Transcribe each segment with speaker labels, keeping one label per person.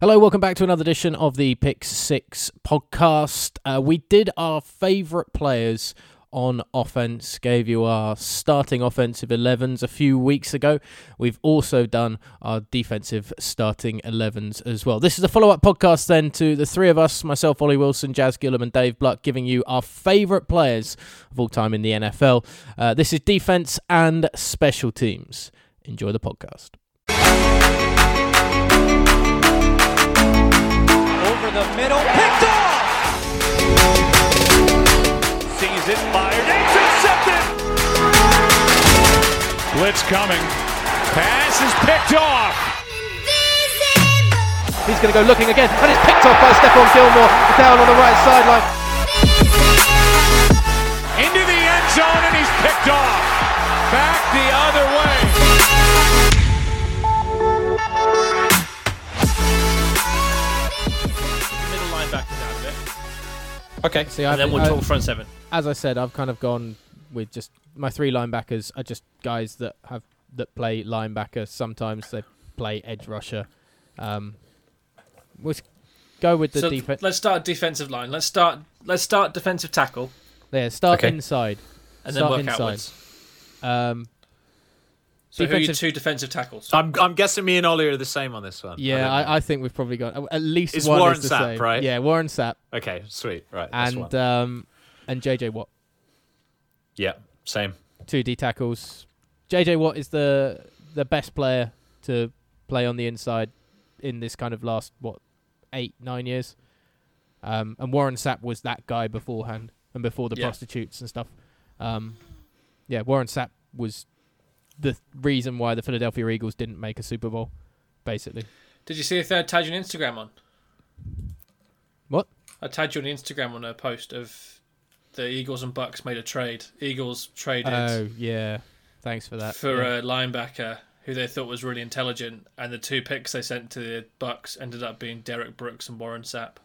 Speaker 1: Hello, welcome back to another edition of the Pick Six podcast. Uh, we did our favourite players on offense, gave you our starting offensive 11s a few weeks ago. We've also done our defensive starting 11s as well. This is a follow up podcast then to the three of us myself, Ollie Wilson, Jazz Gillam, and Dave Bluck, giving you our favourite players of all time in the NFL. Uh, this is defense and special teams. Enjoy the podcast.
Speaker 2: Over the middle, picked off! Sees it fired, intercepted!
Speaker 3: Blitz coming. Pass is picked off.
Speaker 4: He's going to go looking again, and it's picked off by Stephon Gilmore down on the right sideline.
Speaker 3: Into the end zone, and he's picked off. Back the other way.
Speaker 5: middle linebackers out of it.
Speaker 4: Okay.
Speaker 1: See,
Speaker 5: And
Speaker 1: I've-
Speaker 5: then we'll
Speaker 1: I-
Speaker 5: talk front seven.
Speaker 1: as I said, I've kind of gone with just my three linebackers are just guys that have that play linebacker. Sometimes they play edge rusher. Um, let's go with the
Speaker 5: so
Speaker 1: defense.
Speaker 5: let's start defensive line. Let's start. Let's start defensive tackle,
Speaker 1: There, start
Speaker 6: Okay.
Speaker 1: inside.
Speaker 5: and
Speaker 1: Start
Speaker 5: then work
Speaker 1: inside.
Speaker 5: outwards.
Speaker 1: Um,
Speaker 5: So who are your
Speaker 1: Defensive-
Speaker 5: two defensive tackles?
Speaker 6: I'm, I'm guessing me and Ollie are the same on this one.
Speaker 1: yeah,
Speaker 6: don't know.
Speaker 1: I, I think we've probably got uh, at least
Speaker 6: It's
Speaker 1: one
Speaker 6: Warren
Speaker 1: is the
Speaker 6: Sapp,
Speaker 1: same.
Speaker 6: right?
Speaker 1: Yeah, Warren Sapp
Speaker 6: okay, sweet. Right. that's
Speaker 1: and
Speaker 6: one.
Speaker 1: um, and JJ Watt,
Speaker 6: yeah, same.
Speaker 1: two D tackles. JJ Watt is the the best player to play on the inside in this kind of last what eight, nine years. Um, and Warren Sapp was that guy beforehand and before the
Speaker 5: Yeah.
Speaker 1: prostitutes and stuff. Um, yeah, Warren Sapp was the th- reason why the Philadelphia Eagles didn't make a Super Bowl, basically.
Speaker 5: Did you see a third tag on Instagram on?
Speaker 1: What?
Speaker 5: I tagged you on Instagram on a post of the Eagles and Bucks made a trade. Eagles traded
Speaker 1: Oh, yeah. Thanks for that.
Speaker 5: for uh,
Speaker 1: yeah.
Speaker 5: a linebacker who they thought was really intelligent, and the two picks they sent to the Bucks ended up being Derek Brooks and Warren Sapp.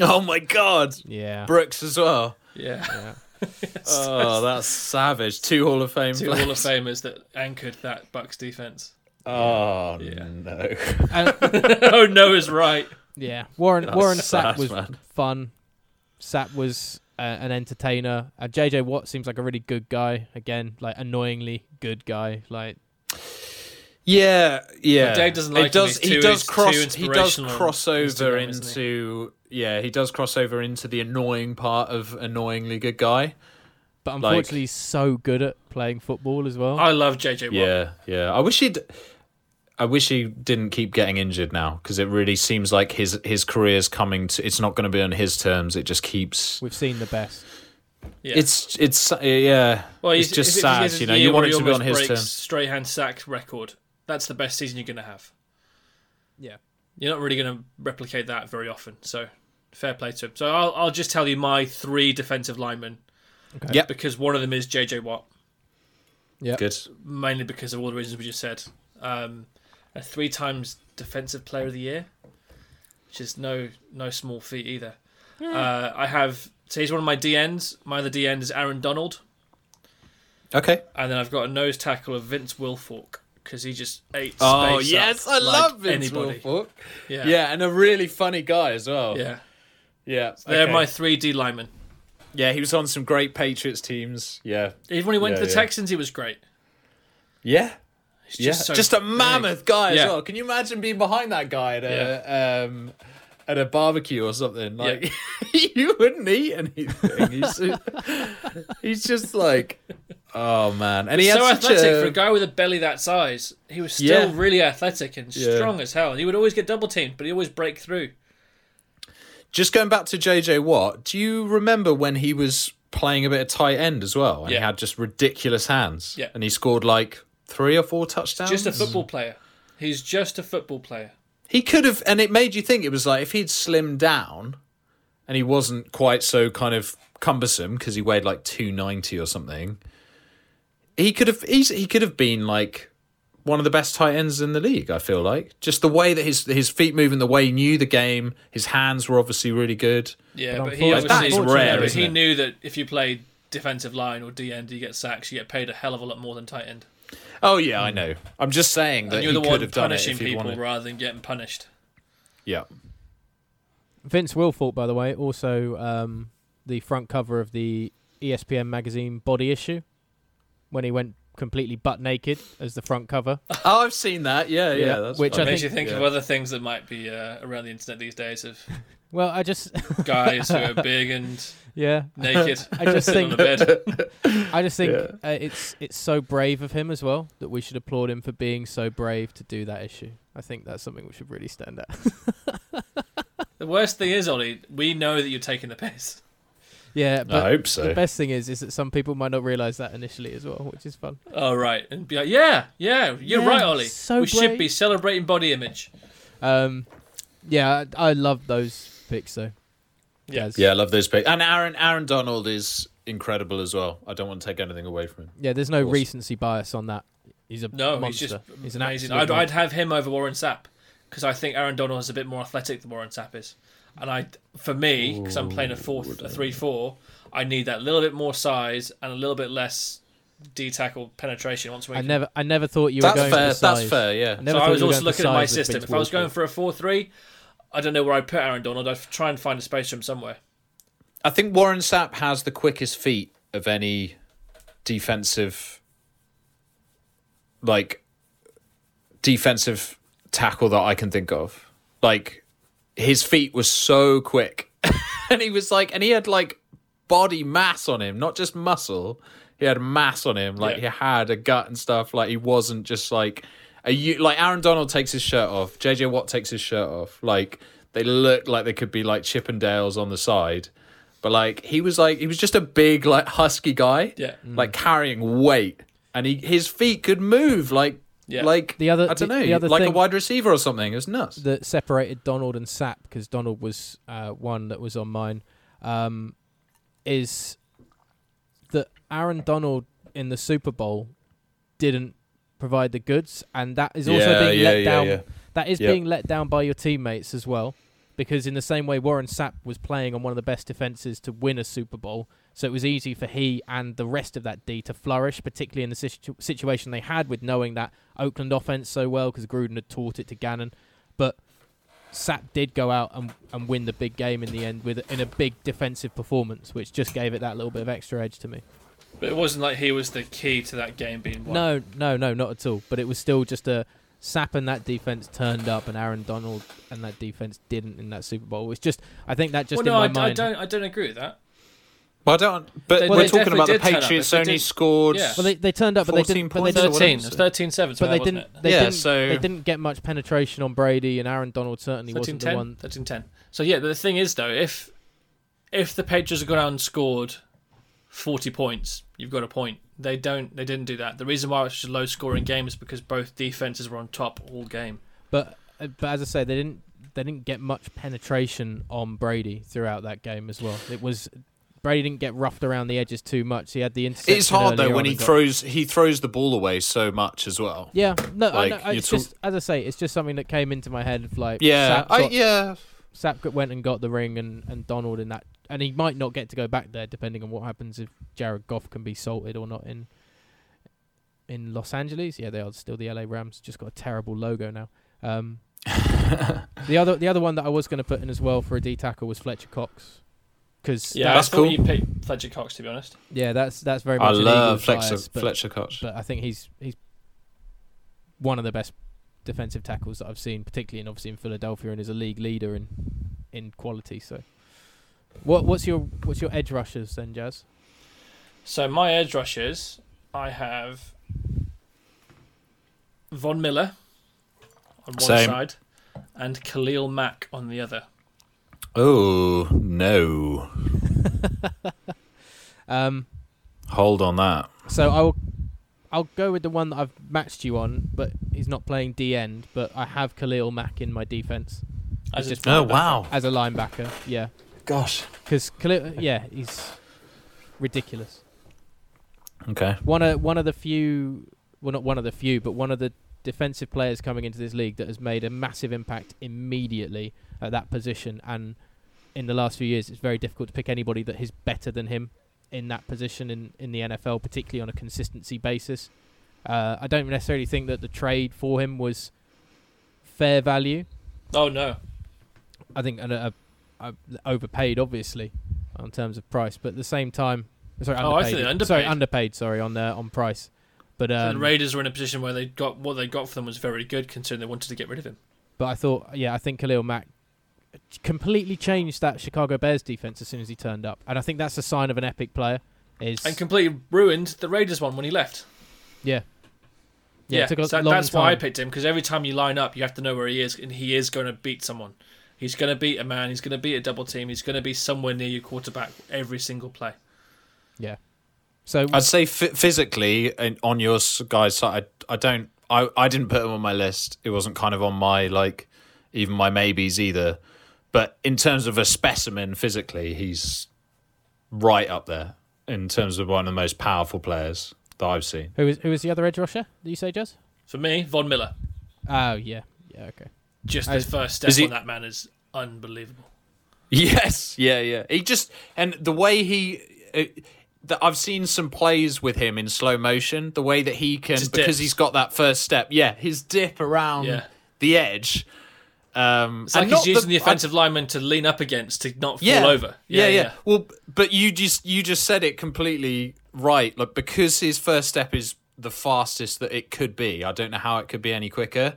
Speaker 6: Oh my God,
Speaker 1: yeah.
Speaker 6: Brooks as well.
Speaker 5: Yeah,
Speaker 6: Oh, that's savage. Two Hall of Fame.
Speaker 5: two
Speaker 6: players.
Speaker 5: Hall of Famers that anchored that Bucks defense.
Speaker 6: Oh
Speaker 5: Yeah.
Speaker 6: no.
Speaker 1: And-
Speaker 5: oh no, is right.
Speaker 1: yeah. Warren Warren Sapp
Speaker 6: sad,
Speaker 1: was
Speaker 6: man.
Speaker 1: fun. Sapp was uh, an entertainer. Uh, JJ Watt seems like a really good guy. Again, like annoyingly good guy. Like
Speaker 6: Yeah, yeah.
Speaker 5: But Dave doesn't like him.
Speaker 6: it does,
Speaker 5: He's
Speaker 6: he
Speaker 5: too-
Speaker 6: does
Speaker 5: too
Speaker 6: cross. He does
Speaker 5: inspirational on
Speaker 6: cross over
Speaker 5: Instagram, isn't he?
Speaker 6: into. Yeah, he does cross over into the annoying part of annoyingly good guy.
Speaker 1: but
Speaker 6: Like-
Speaker 1: unfortunately he's so good at playing football as well.
Speaker 5: I love JJ Watt.
Speaker 6: Yeah, yeah. I wish he'd. I wish he didn't keep getting injured now because it really seems like his his career's coming to. It's not going to be on his terms. It just keeps.
Speaker 1: We've seen the best.
Speaker 5: Yeah.
Speaker 6: It's it's uh, yeah.
Speaker 5: Well,
Speaker 6: it's
Speaker 5: he's-
Speaker 6: just
Speaker 5: if it's-
Speaker 6: sad,
Speaker 5: it's
Speaker 6: you
Speaker 5: a
Speaker 6: know.
Speaker 5: year
Speaker 6: You want
Speaker 5: where
Speaker 6: it
Speaker 5: he
Speaker 6: to be on
Speaker 5: almost
Speaker 6: his
Speaker 5: breaks
Speaker 6: terms.
Speaker 5: Straight hand sack record. That's the best season you're going to have.
Speaker 1: Yeah.
Speaker 5: You're not really going to replicate that very often. So, fair play to him. So I'll I'll just tell you my three defensive linemen.
Speaker 1: Okay.
Speaker 6: Yep.
Speaker 5: Because one of them is JJ Watt,
Speaker 6: Good.
Speaker 5: mainly because of all the reasons we just said. Um, a three times defensive player of the year, which is no no small feat either. Uh, I have so he's one of my DNs. My other DN is Aaron Donald.
Speaker 6: Okay.
Speaker 5: and then I've got a nose tackle of Vince Wilfork because he just ate.
Speaker 6: Oh
Speaker 5: space
Speaker 6: yes,
Speaker 5: up
Speaker 6: I
Speaker 5: like
Speaker 6: love Vince
Speaker 5: anybody.
Speaker 6: Wilfork.
Speaker 5: Yeah,
Speaker 6: Yeah. and a really funny guy as well.
Speaker 5: yeah.
Speaker 6: yeah.
Speaker 5: They're
Speaker 6: okay.
Speaker 5: my three D linemen.
Speaker 6: Yeah, he was on some great Patriots teams. Yeah.
Speaker 5: Even when he went
Speaker 6: Yeah,
Speaker 5: to the
Speaker 6: yeah.
Speaker 5: Texans, he was great.
Speaker 6: Yeah.
Speaker 5: He's
Speaker 6: Yeah,
Speaker 5: just, so
Speaker 6: just a
Speaker 5: big.
Speaker 6: mammoth guy
Speaker 5: Yeah.
Speaker 6: as well. Can you imagine being behind that guy at a um, at a barbecue or something? Like you wouldn't eat anything. He's, he's just like, oh man, and he
Speaker 5: so
Speaker 6: had such
Speaker 5: athletic
Speaker 6: a,
Speaker 5: for a guy with a belly that size. He was still
Speaker 6: Yeah.
Speaker 5: really athletic and
Speaker 6: Yeah.
Speaker 5: strong as hell. And he would always get double teamed, but he always break through.
Speaker 6: Just going back to JJ Watt, do you remember when he was playing a bit of tight end as well, and
Speaker 5: Yeah.
Speaker 6: he had just ridiculous hands?
Speaker 5: Yeah.
Speaker 6: and he scored like three or four touchdowns.
Speaker 5: Just a football player. He's just a football player.
Speaker 6: He could have, and it made you think it was like if he'd slimmed down, and he wasn't quite so kind of cumbersome because he weighed like two ninety or something. He could have, he's, he could have been like one of the best tight ends in the league. I feel like just the way that his his feet move and the way he knew the game, his hands were obviously really good.
Speaker 5: Yeah,
Speaker 1: But
Speaker 5: but, he
Speaker 1: unfortunately-
Speaker 5: obviously
Speaker 6: That is rare,
Speaker 5: yeah, but
Speaker 6: isn't
Speaker 5: he
Speaker 6: it?
Speaker 5: knew that if you played defensive line or DN, you get sacks, you get paid a hell of a lot more than tight end.
Speaker 6: Oh yeah, I know. I'm just saying that
Speaker 5: And you're
Speaker 6: he
Speaker 5: the
Speaker 6: could
Speaker 5: one
Speaker 6: have done it
Speaker 5: punishing
Speaker 6: if he
Speaker 5: people
Speaker 6: wanted.
Speaker 5: rather than getting punished.
Speaker 6: Yeah.
Speaker 1: Vince Wilfork, by the way, also um, the front cover of the E ESPN magazine Body Issue when he went completely butt naked as the front cover.
Speaker 6: Oh, I've seen that. Yeah, yeah.
Speaker 1: Yeah,
Speaker 6: that's
Speaker 1: which
Speaker 6: fine.
Speaker 1: I
Speaker 5: Makes
Speaker 1: think-
Speaker 5: you think of
Speaker 6: yeah.
Speaker 5: other things that might be uh, around the internet these days of
Speaker 1: Well, I just
Speaker 5: guys who are big and
Speaker 1: yeah,
Speaker 5: naked.
Speaker 1: I just
Speaker 5: sitting on
Speaker 1: think-
Speaker 5: the bed.
Speaker 1: I just think uh, it's it's so brave of him as well that we should applaud him for being so brave to do that issue. I think that's something we should really stand at.
Speaker 5: The worst thing is, Ollie, we know that you're taking the piss.
Speaker 1: yeah,
Speaker 6: I
Speaker 1: but
Speaker 6: hope
Speaker 1: the
Speaker 6: so.
Speaker 1: best thing is is that some people might not realize that initially as well, which is fun.
Speaker 5: Oh right, and be like, yeah, yeah, you're
Speaker 1: Yeah,
Speaker 5: right, Ollie.
Speaker 1: so
Speaker 5: we should
Speaker 1: brave.
Speaker 5: be celebrating body image.
Speaker 1: Um, yeah, I, I love those picks though.
Speaker 5: Yeah.
Speaker 1: Yes.
Speaker 6: Yeah, I love those pictures. And Aaron Aaron Donald is incredible as well. I don't want to take anything away from him.
Speaker 1: Yeah, there's no
Speaker 6: Awesome.
Speaker 1: recency bias on that. He's a
Speaker 5: No,
Speaker 1: monster.
Speaker 5: he's just
Speaker 1: he's an
Speaker 5: amazing.
Speaker 1: absolute
Speaker 5: I'd,
Speaker 1: mon-
Speaker 5: I'd have him over Warren Sapp because I think Aaron Donald is a bit more athletic than Warren Sapp is, and I, for me, because I'm playing a four, a three-four, I need that little bit more size and a little bit less D tackle penetration once we.
Speaker 1: I never, I never thought you were
Speaker 6: That's
Speaker 1: going
Speaker 6: fair.
Speaker 1: for size.
Speaker 6: That's fair. Yeah.
Speaker 1: never
Speaker 5: So I
Speaker 1: thought
Speaker 5: was
Speaker 1: you were
Speaker 5: also
Speaker 1: going for
Speaker 5: looking at
Speaker 1: size
Speaker 5: my
Speaker 1: with
Speaker 5: system.
Speaker 1: Vince
Speaker 5: If I was
Speaker 1: Wilfork.
Speaker 5: going for a four-three, I don't know where I'd put Aaron Donald. I'd try and find a space for him somewhere.
Speaker 6: I think Warren Sapp has the quickest feet of any defensive, like defensive tackle that I can think of. Like his feet were so quick, and he was like, and he had like body mass on him, not just muscle. He had mass on him. Like
Speaker 5: Yeah.
Speaker 6: he had a gut and stuff. Like he wasn't just like a you. Like Aaron Donald takes his shirt off. JJ Watt takes his shirt off. Like they look like they could be like Chippendales on the side. But like he was like he was just a big like husky guy,
Speaker 5: Yeah. Mm.
Speaker 6: like carrying weight, and he his feet could move like
Speaker 5: Yeah.
Speaker 6: like
Speaker 1: The other-
Speaker 6: I don't
Speaker 1: the-
Speaker 6: know
Speaker 1: the other
Speaker 6: like a
Speaker 1: thing-
Speaker 6: wide receiver or something. It was nuts.
Speaker 1: that separated Donald and Sap because Donald was uh, one that was on mine um, is that Aaron Donald in the Super Bowl didn't provide the goods, and that is also
Speaker 6: Yeah,
Speaker 1: being
Speaker 6: yeah,
Speaker 1: let
Speaker 6: yeah,
Speaker 1: down.
Speaker 6: yeah.
Speaker 1: That is
Speaker 6: Yep.
Speaker 1: being let down by your teammates as well, because in the same way Warren Sapp was playing on one of the best defenses to win a Super Bowl, so it was easy for he and the rest of that D to flourish, particularly in the situ- situation they had with knowing that Oakland offense so well, because Gruden had taught it to Gannon, but. Sapp did go out and, and win the big game in the end with in a big defensive performance, which just gave it that little bit of extra edge to me.
Speaker 5: But it wasn't like he was the key to that game being won.
Speaker 1: No, no, no, not at all. But it was still just a Sap and that defense turned up, and Aaron Donald and that defense didn't in that Super Bowl. It's just, I think that just
Speaker 5: well, no, I,
Speaker 1: in my
Speaker 5: I
Speaker 1: mind.
Speaker 5: don't. I don't agree with that.
Speaker 6: But I don't. But
Speaker 5: They-
Speaker 1: they
Speaker 6: we're talking
Speaker 5: definitely
Speaker 6: about the
Speaker 5: did turn up.
Speaker 6: Patriots
Speaker 5: They
Speaker 6: only
Speaker 5: did-
Speaker 6: scored.
Speaker 5: yeah.
Speaker 1: well, they, they turned up, but they
Speaker 6: 14
Speaker 1: didn't. But they
Speaker 6: points or
Speaker 1: didn't.
Speaker 6: whatever.
Speaker 5: 13. It
Speaker 6: so-
Speaker 5: was 13 7
Speaker 1: But they
Speaker 5: wasn't
Speaker 1: didn't.
Speaker 5: it?
Speaker 1: They
Speaker 6: Yeah,
Speaker 1: didn't,
Speaker 6: so-
Speaker 1: they didn't get much penetration on Brady, and Aaron Donald certainly
Speaker 5: 13
Speaker 1: wasn't the
Speaker 5: 10.
Speaker 1: one.
Speaker 5: 13 10. So, yeah, but the thing is, though, if if the Patriots had gone out and scored 40 points, you've got a point. They don't. They didn't do that. The reason why it was such a low scoring game is because both defenses were on top all game.
Speaker 1: But uh, but as I say, they didn't they didn't get much penetration on Brady throughout that game as well. It was Brady didn't get roughed around the edges too much. He had the interception.
Speaker 6: It's hard
Speaker 1: earlier
Speaker 6: though
Speaker 1: on
Speaker 6: when he
Speaker 1: and got-
Speaker 6: throws he throws the ball away so much as well.
Speaker 1: Yeah, no,
Speaker 6: Like,
Speaker 1: I know, uh, it's
Speaker 6: you're talk-
Speaker 1: just as I say, it's just something that came into my head. Of like,
Speaker 6: Yeah,
Speaker 1: Sapp,
Speaker 6: I,
Speaker 1: got-
Speaker 6: yeah.
Speaker 1: Sapp got- went and got the ring, and and Donald in that, and he might not get to go back there, depending on what happens if Jared Goff can be salted or not in in Los Angeles. Yeah, they are still the LA Rams. Just got a terrible logo now. Um, the other the other one that I was going to put in as well for a D tackle was Fletcher Cox, because yeah.
Speaker 5: Yeah,
Speaker 6: That's
Speaker 5: I thought
Speaker 6: cool.
Speaker 5: you picked Fletcher Cox, to be honest.
Speaker 1: that's that's very much
Speaker 6: I
Speaker 1: an
Speaker 6: love
Speaker 1: Eagles
Speaker 6: Fletcher
Speaker 1: bias, but-
Speaker 6: Fletcher Koch.
Speaker 1: but I think he's he's one of the best defensive tackles that I've seen, particularly in obviously in Philadelphia, and is a league leader in in quality. So, what what's your what's your edge rushers then, Jazz?
Speaker 5: So, my edge rushers, I have Von Miller on one
Speaker 6: Same.
Speaker 5: side and Khalil Mack on the other.
Speaker 6: Oh no!
Speaker 1: Um,
Speaker 6: Hold on that.
Speaker 1: so I'll I'll go with the one that I've matched you on, but he's not playing D end, but I have Khalil Mack in my defense
Speaker 5: As
Speaker 1: just-
Speaker 5: a
Speaker 6: Oh wow!
Speaker 1: as a linebacker. Yeah,
Speaker 6: Gosh.
Speaker 1: because Khalil, yeah, he's ridiculous.
Speaker 6: Okay.
Speaker 1: one of one of the few well not one of the few but one of the defensive players coming into this league that has made a massive impact immediately at that position and in the last few years it's very difficult to pick anybody that is better than him in that position in, in the NFL particularly on a consistency basis uh, I don't necessarily think that the trade for him was fair value
Speaker 5: Oh, no.
Speaker 1: I think an, a, a, overpaid, obviously, in terms of price, but at the same time, sorry,
Speaker 5: Oh, I
Speaker 1: underpaid.
Speaker 5: see, underpaid.
Speaker 1: Sorry, underpaid. Sorry, on uh, on price, but
Speaker 5: And
Speaker 1: um,
Speaker 5: the Raiders were in a position where they got what they got for them was very good, considering they wanted to get rid of him.
Speaker 1: but I thought, yeah, I think Khalil Mack completely changed that Chicago Bears defense as soon as he turned up, and I think that's a sign of an epic player. Is
Speaker 5: and completely ruined the Raiders one when he left.
Speaker 1: yeah, yeah, it took a
Speaker 5: so
Speaker 1: long
Speaker 5: that's why I
Speaker 1: time.
Speaker 5: picked him because every time you line up, you have to know where he is, and he is going to beat someone. He's going to beat a man. He's going to beat a double team. He's going to be somewhere near your quarterback every single play.
Speaker 1: yeah. So
Speaker 6: I'd say f- physically and on your s- guys' side, I, I don't. I, I didn't put him on my list. It wasn't kind of on my like, even my maybes either. But in terms of a specimen physically, he's right up there in terms of one of the most powerful players that I've seen.
Speaker 1: who was who was the other edge rusher? Did you say, Jez?
Speaker 5: For me, Von Miller,
Speaker 1: Oh
Speaker 5: Uh,
Speaker 1: yeah, yeah, okay.
Speaker 5: just his first step
Speaker 6: Is he-
Speaker 5: on that man is unbelievable.
Speaker 6: Yes, yeah, yeah. He just and the way he. It, that I've seen some plays with him in slow motion. The way that he can
Speaker 5: Just
Speaker 6: because
Speaker 5: dips.
Speaker 6: he's got that first step. Yeah, his dip around
Speaker 5: Yeah.
Speaker 6: the edge. Um,
Speaker 5: It's like he's using the, offensive lineman to lean up against to not fall over.
Speaker 6: Yeah, yeah, Well, but you just you just said it completely right. Like because his first step is the fastest that it could be. I don't know how it could be any quicker.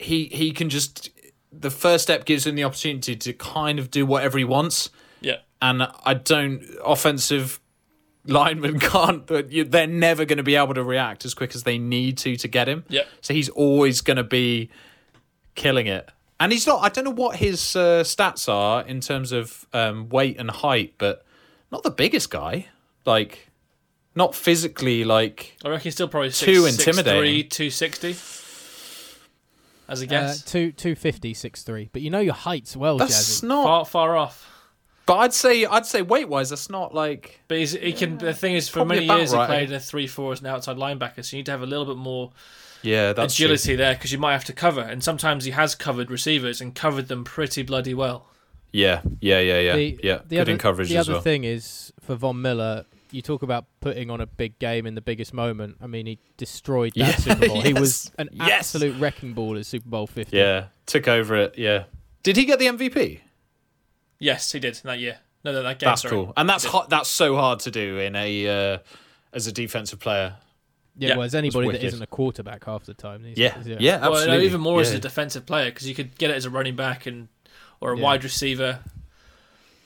Speaker 6: He he can just the first step gives him the opportunity to kind of do whatever he wants,
Speaker 5: yeah.
Speaker 6: and I don't offensive linemen can't. but you- They're never going to be able to react as quick as they need to to get him.
Speaker 5: Yep.
Speaker 6: So he's always going to be killing it. And he's not. I don't know what his uh, stats are in terms of um, weight and height, but not the biggest guy. Like, not physically. Like,
Speaker 5: I reckon he's still probably six,
Speaker 6: Too
Speaker 5: six,
Speaker 6: intimidating.
Speaker 5: three, 260 as a
Speaker 1: Yes.
Speaker 5: guess.
Speaker 1: Uh, two two fifty six three. But you know your heights well,
Speaker 6: that's
Speaker 1: Jazzy.
Speaker 6: not.
Speaker 5: far, far off.
Speaker 6: But I'd say, I'd say weight wise, that's not like.
Speaker 5: But he's, he can. The thing is, for
Speaker 6: Probably
Speaker 5: many
Speaker 6: about
Speaker 5: years
Speaker 6: right.
Speaker 5: he played a three-four as an outside linebacker, so you need to have a little bit more
Speaker 6: Yeah, that's true.
Speaker 5: agility there because you might have to cover. And sometimes he has covered receivers and covered them pretty bloody well.
Speaker 6: Yeah, yeah, yeah, yeah,
Speaker 1: the,
Speaker 6: yeah.
Speaker 1: the
Speaker 6: Good
Speaker 1: other,
Speaker 6: in coverage
Speaker 1: the
Speaker 6: as
Speaker 1: other
Speaker 6: well.
Speaker 1: thing is for Von Miller. You talk about putting on a big game in the biggest moment. I mean, he destroyed that
Speaker 6: Yeah,
Speaker 1: Super Bowl. He was
Speaker 6: yes,
Speaker 1: an
Speaker 6: yes.
Speaker 1: absolute wrecking ball at Super Bowl fifty.
Speaker 6: Yeah, took over it. Yeah. Did he get the MVP?
Speaker 5: Yes, he did in that year. No, no, that game.
Speaker 6: That's
Speaker 5: sorry.
Speaker 6: cool, and that's hot. That's so hard to do in a uh, as a defensive player.
Speaker 1: yeah.
Speaker 5: Yeah.
Speaker 1: Well, as anybody that
Speaker 6: wicked.
Speaker 1: isn't a quarterback half the time. these
Speaker 6: Yeah,
Speaker 1: days,
Speaker 6: yeah,
Speaker 5: Well,
Speaker 6: absolutely.
Speaker 5: no, even more as
Speaker 6: Yeah.
Speaker 5: a defensive player because you could get it as a running back and or a wide receiver,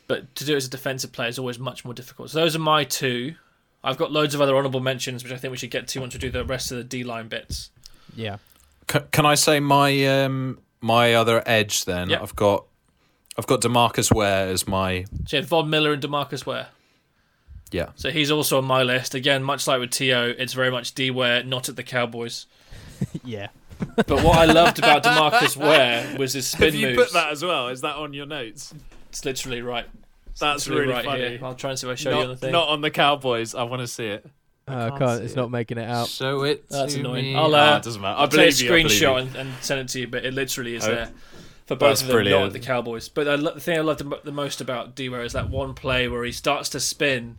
Speaker 5: but to do it as a defensive player is always much more difficult. So those are my two. I've got loads of other honourable mentions, which I think we should get to once we do the rest of the D line bits.
Speaker 1: yeah.
Speaker 6: C- can I say my um, my other edge? Then
Speaker 5: Yeah.
Speaker 6: I've got I've got Demarcus Ware as my
Speaker 5: So you had Von Miller and Demarcus Ware.
Speaker 6: yeah.
Speaker 5: So he's also on my list. Again, much like with T.O., it's very much D Ware, not at the Cowboys.
Speaker 1: Yeah.
Speaker 5: But what I loved about Demarcus Ware was his spin moves.
Speaker 6: as well? Is that on your notes?
Speaker 5: It's literally right.
Speaker 6: That's
Speaker 5: Literally right here. I'll try and see if I show you on the thing.
Speaker 6: on the Cowboys. I want to see it.
Speaker 1: Uh,
Speaker 6: can't
Speaker 1: can't,
Speaker 6: see
Speaker 1: it's
Speaker 6: it.
Speaker 1: not making it out.
Speaker 6: Show it.
Speaker 5: That's
Speaker 6: to
Speaker 5: annoying.
Speaker 6: me.
Speaker 5: I'll, uh,
Speaker 6: Ah, it doesn't matter. I
Speaker 5: I'll take a
Speaker 6: believe you, I believe
Speaker 5: screenshot
Speaker 6: you.
Speaker 5: and, and send it to you, but it literally is
Speaker 6: Oh.
Speaker 5: there for both
Speaker 6: That's
Speaker 5: of them, not
Speaker 6: brilliant.
Speaker 5: at the Cowboys. But I lo- the thing I loved the most about Dewar is that one play where he starts to spin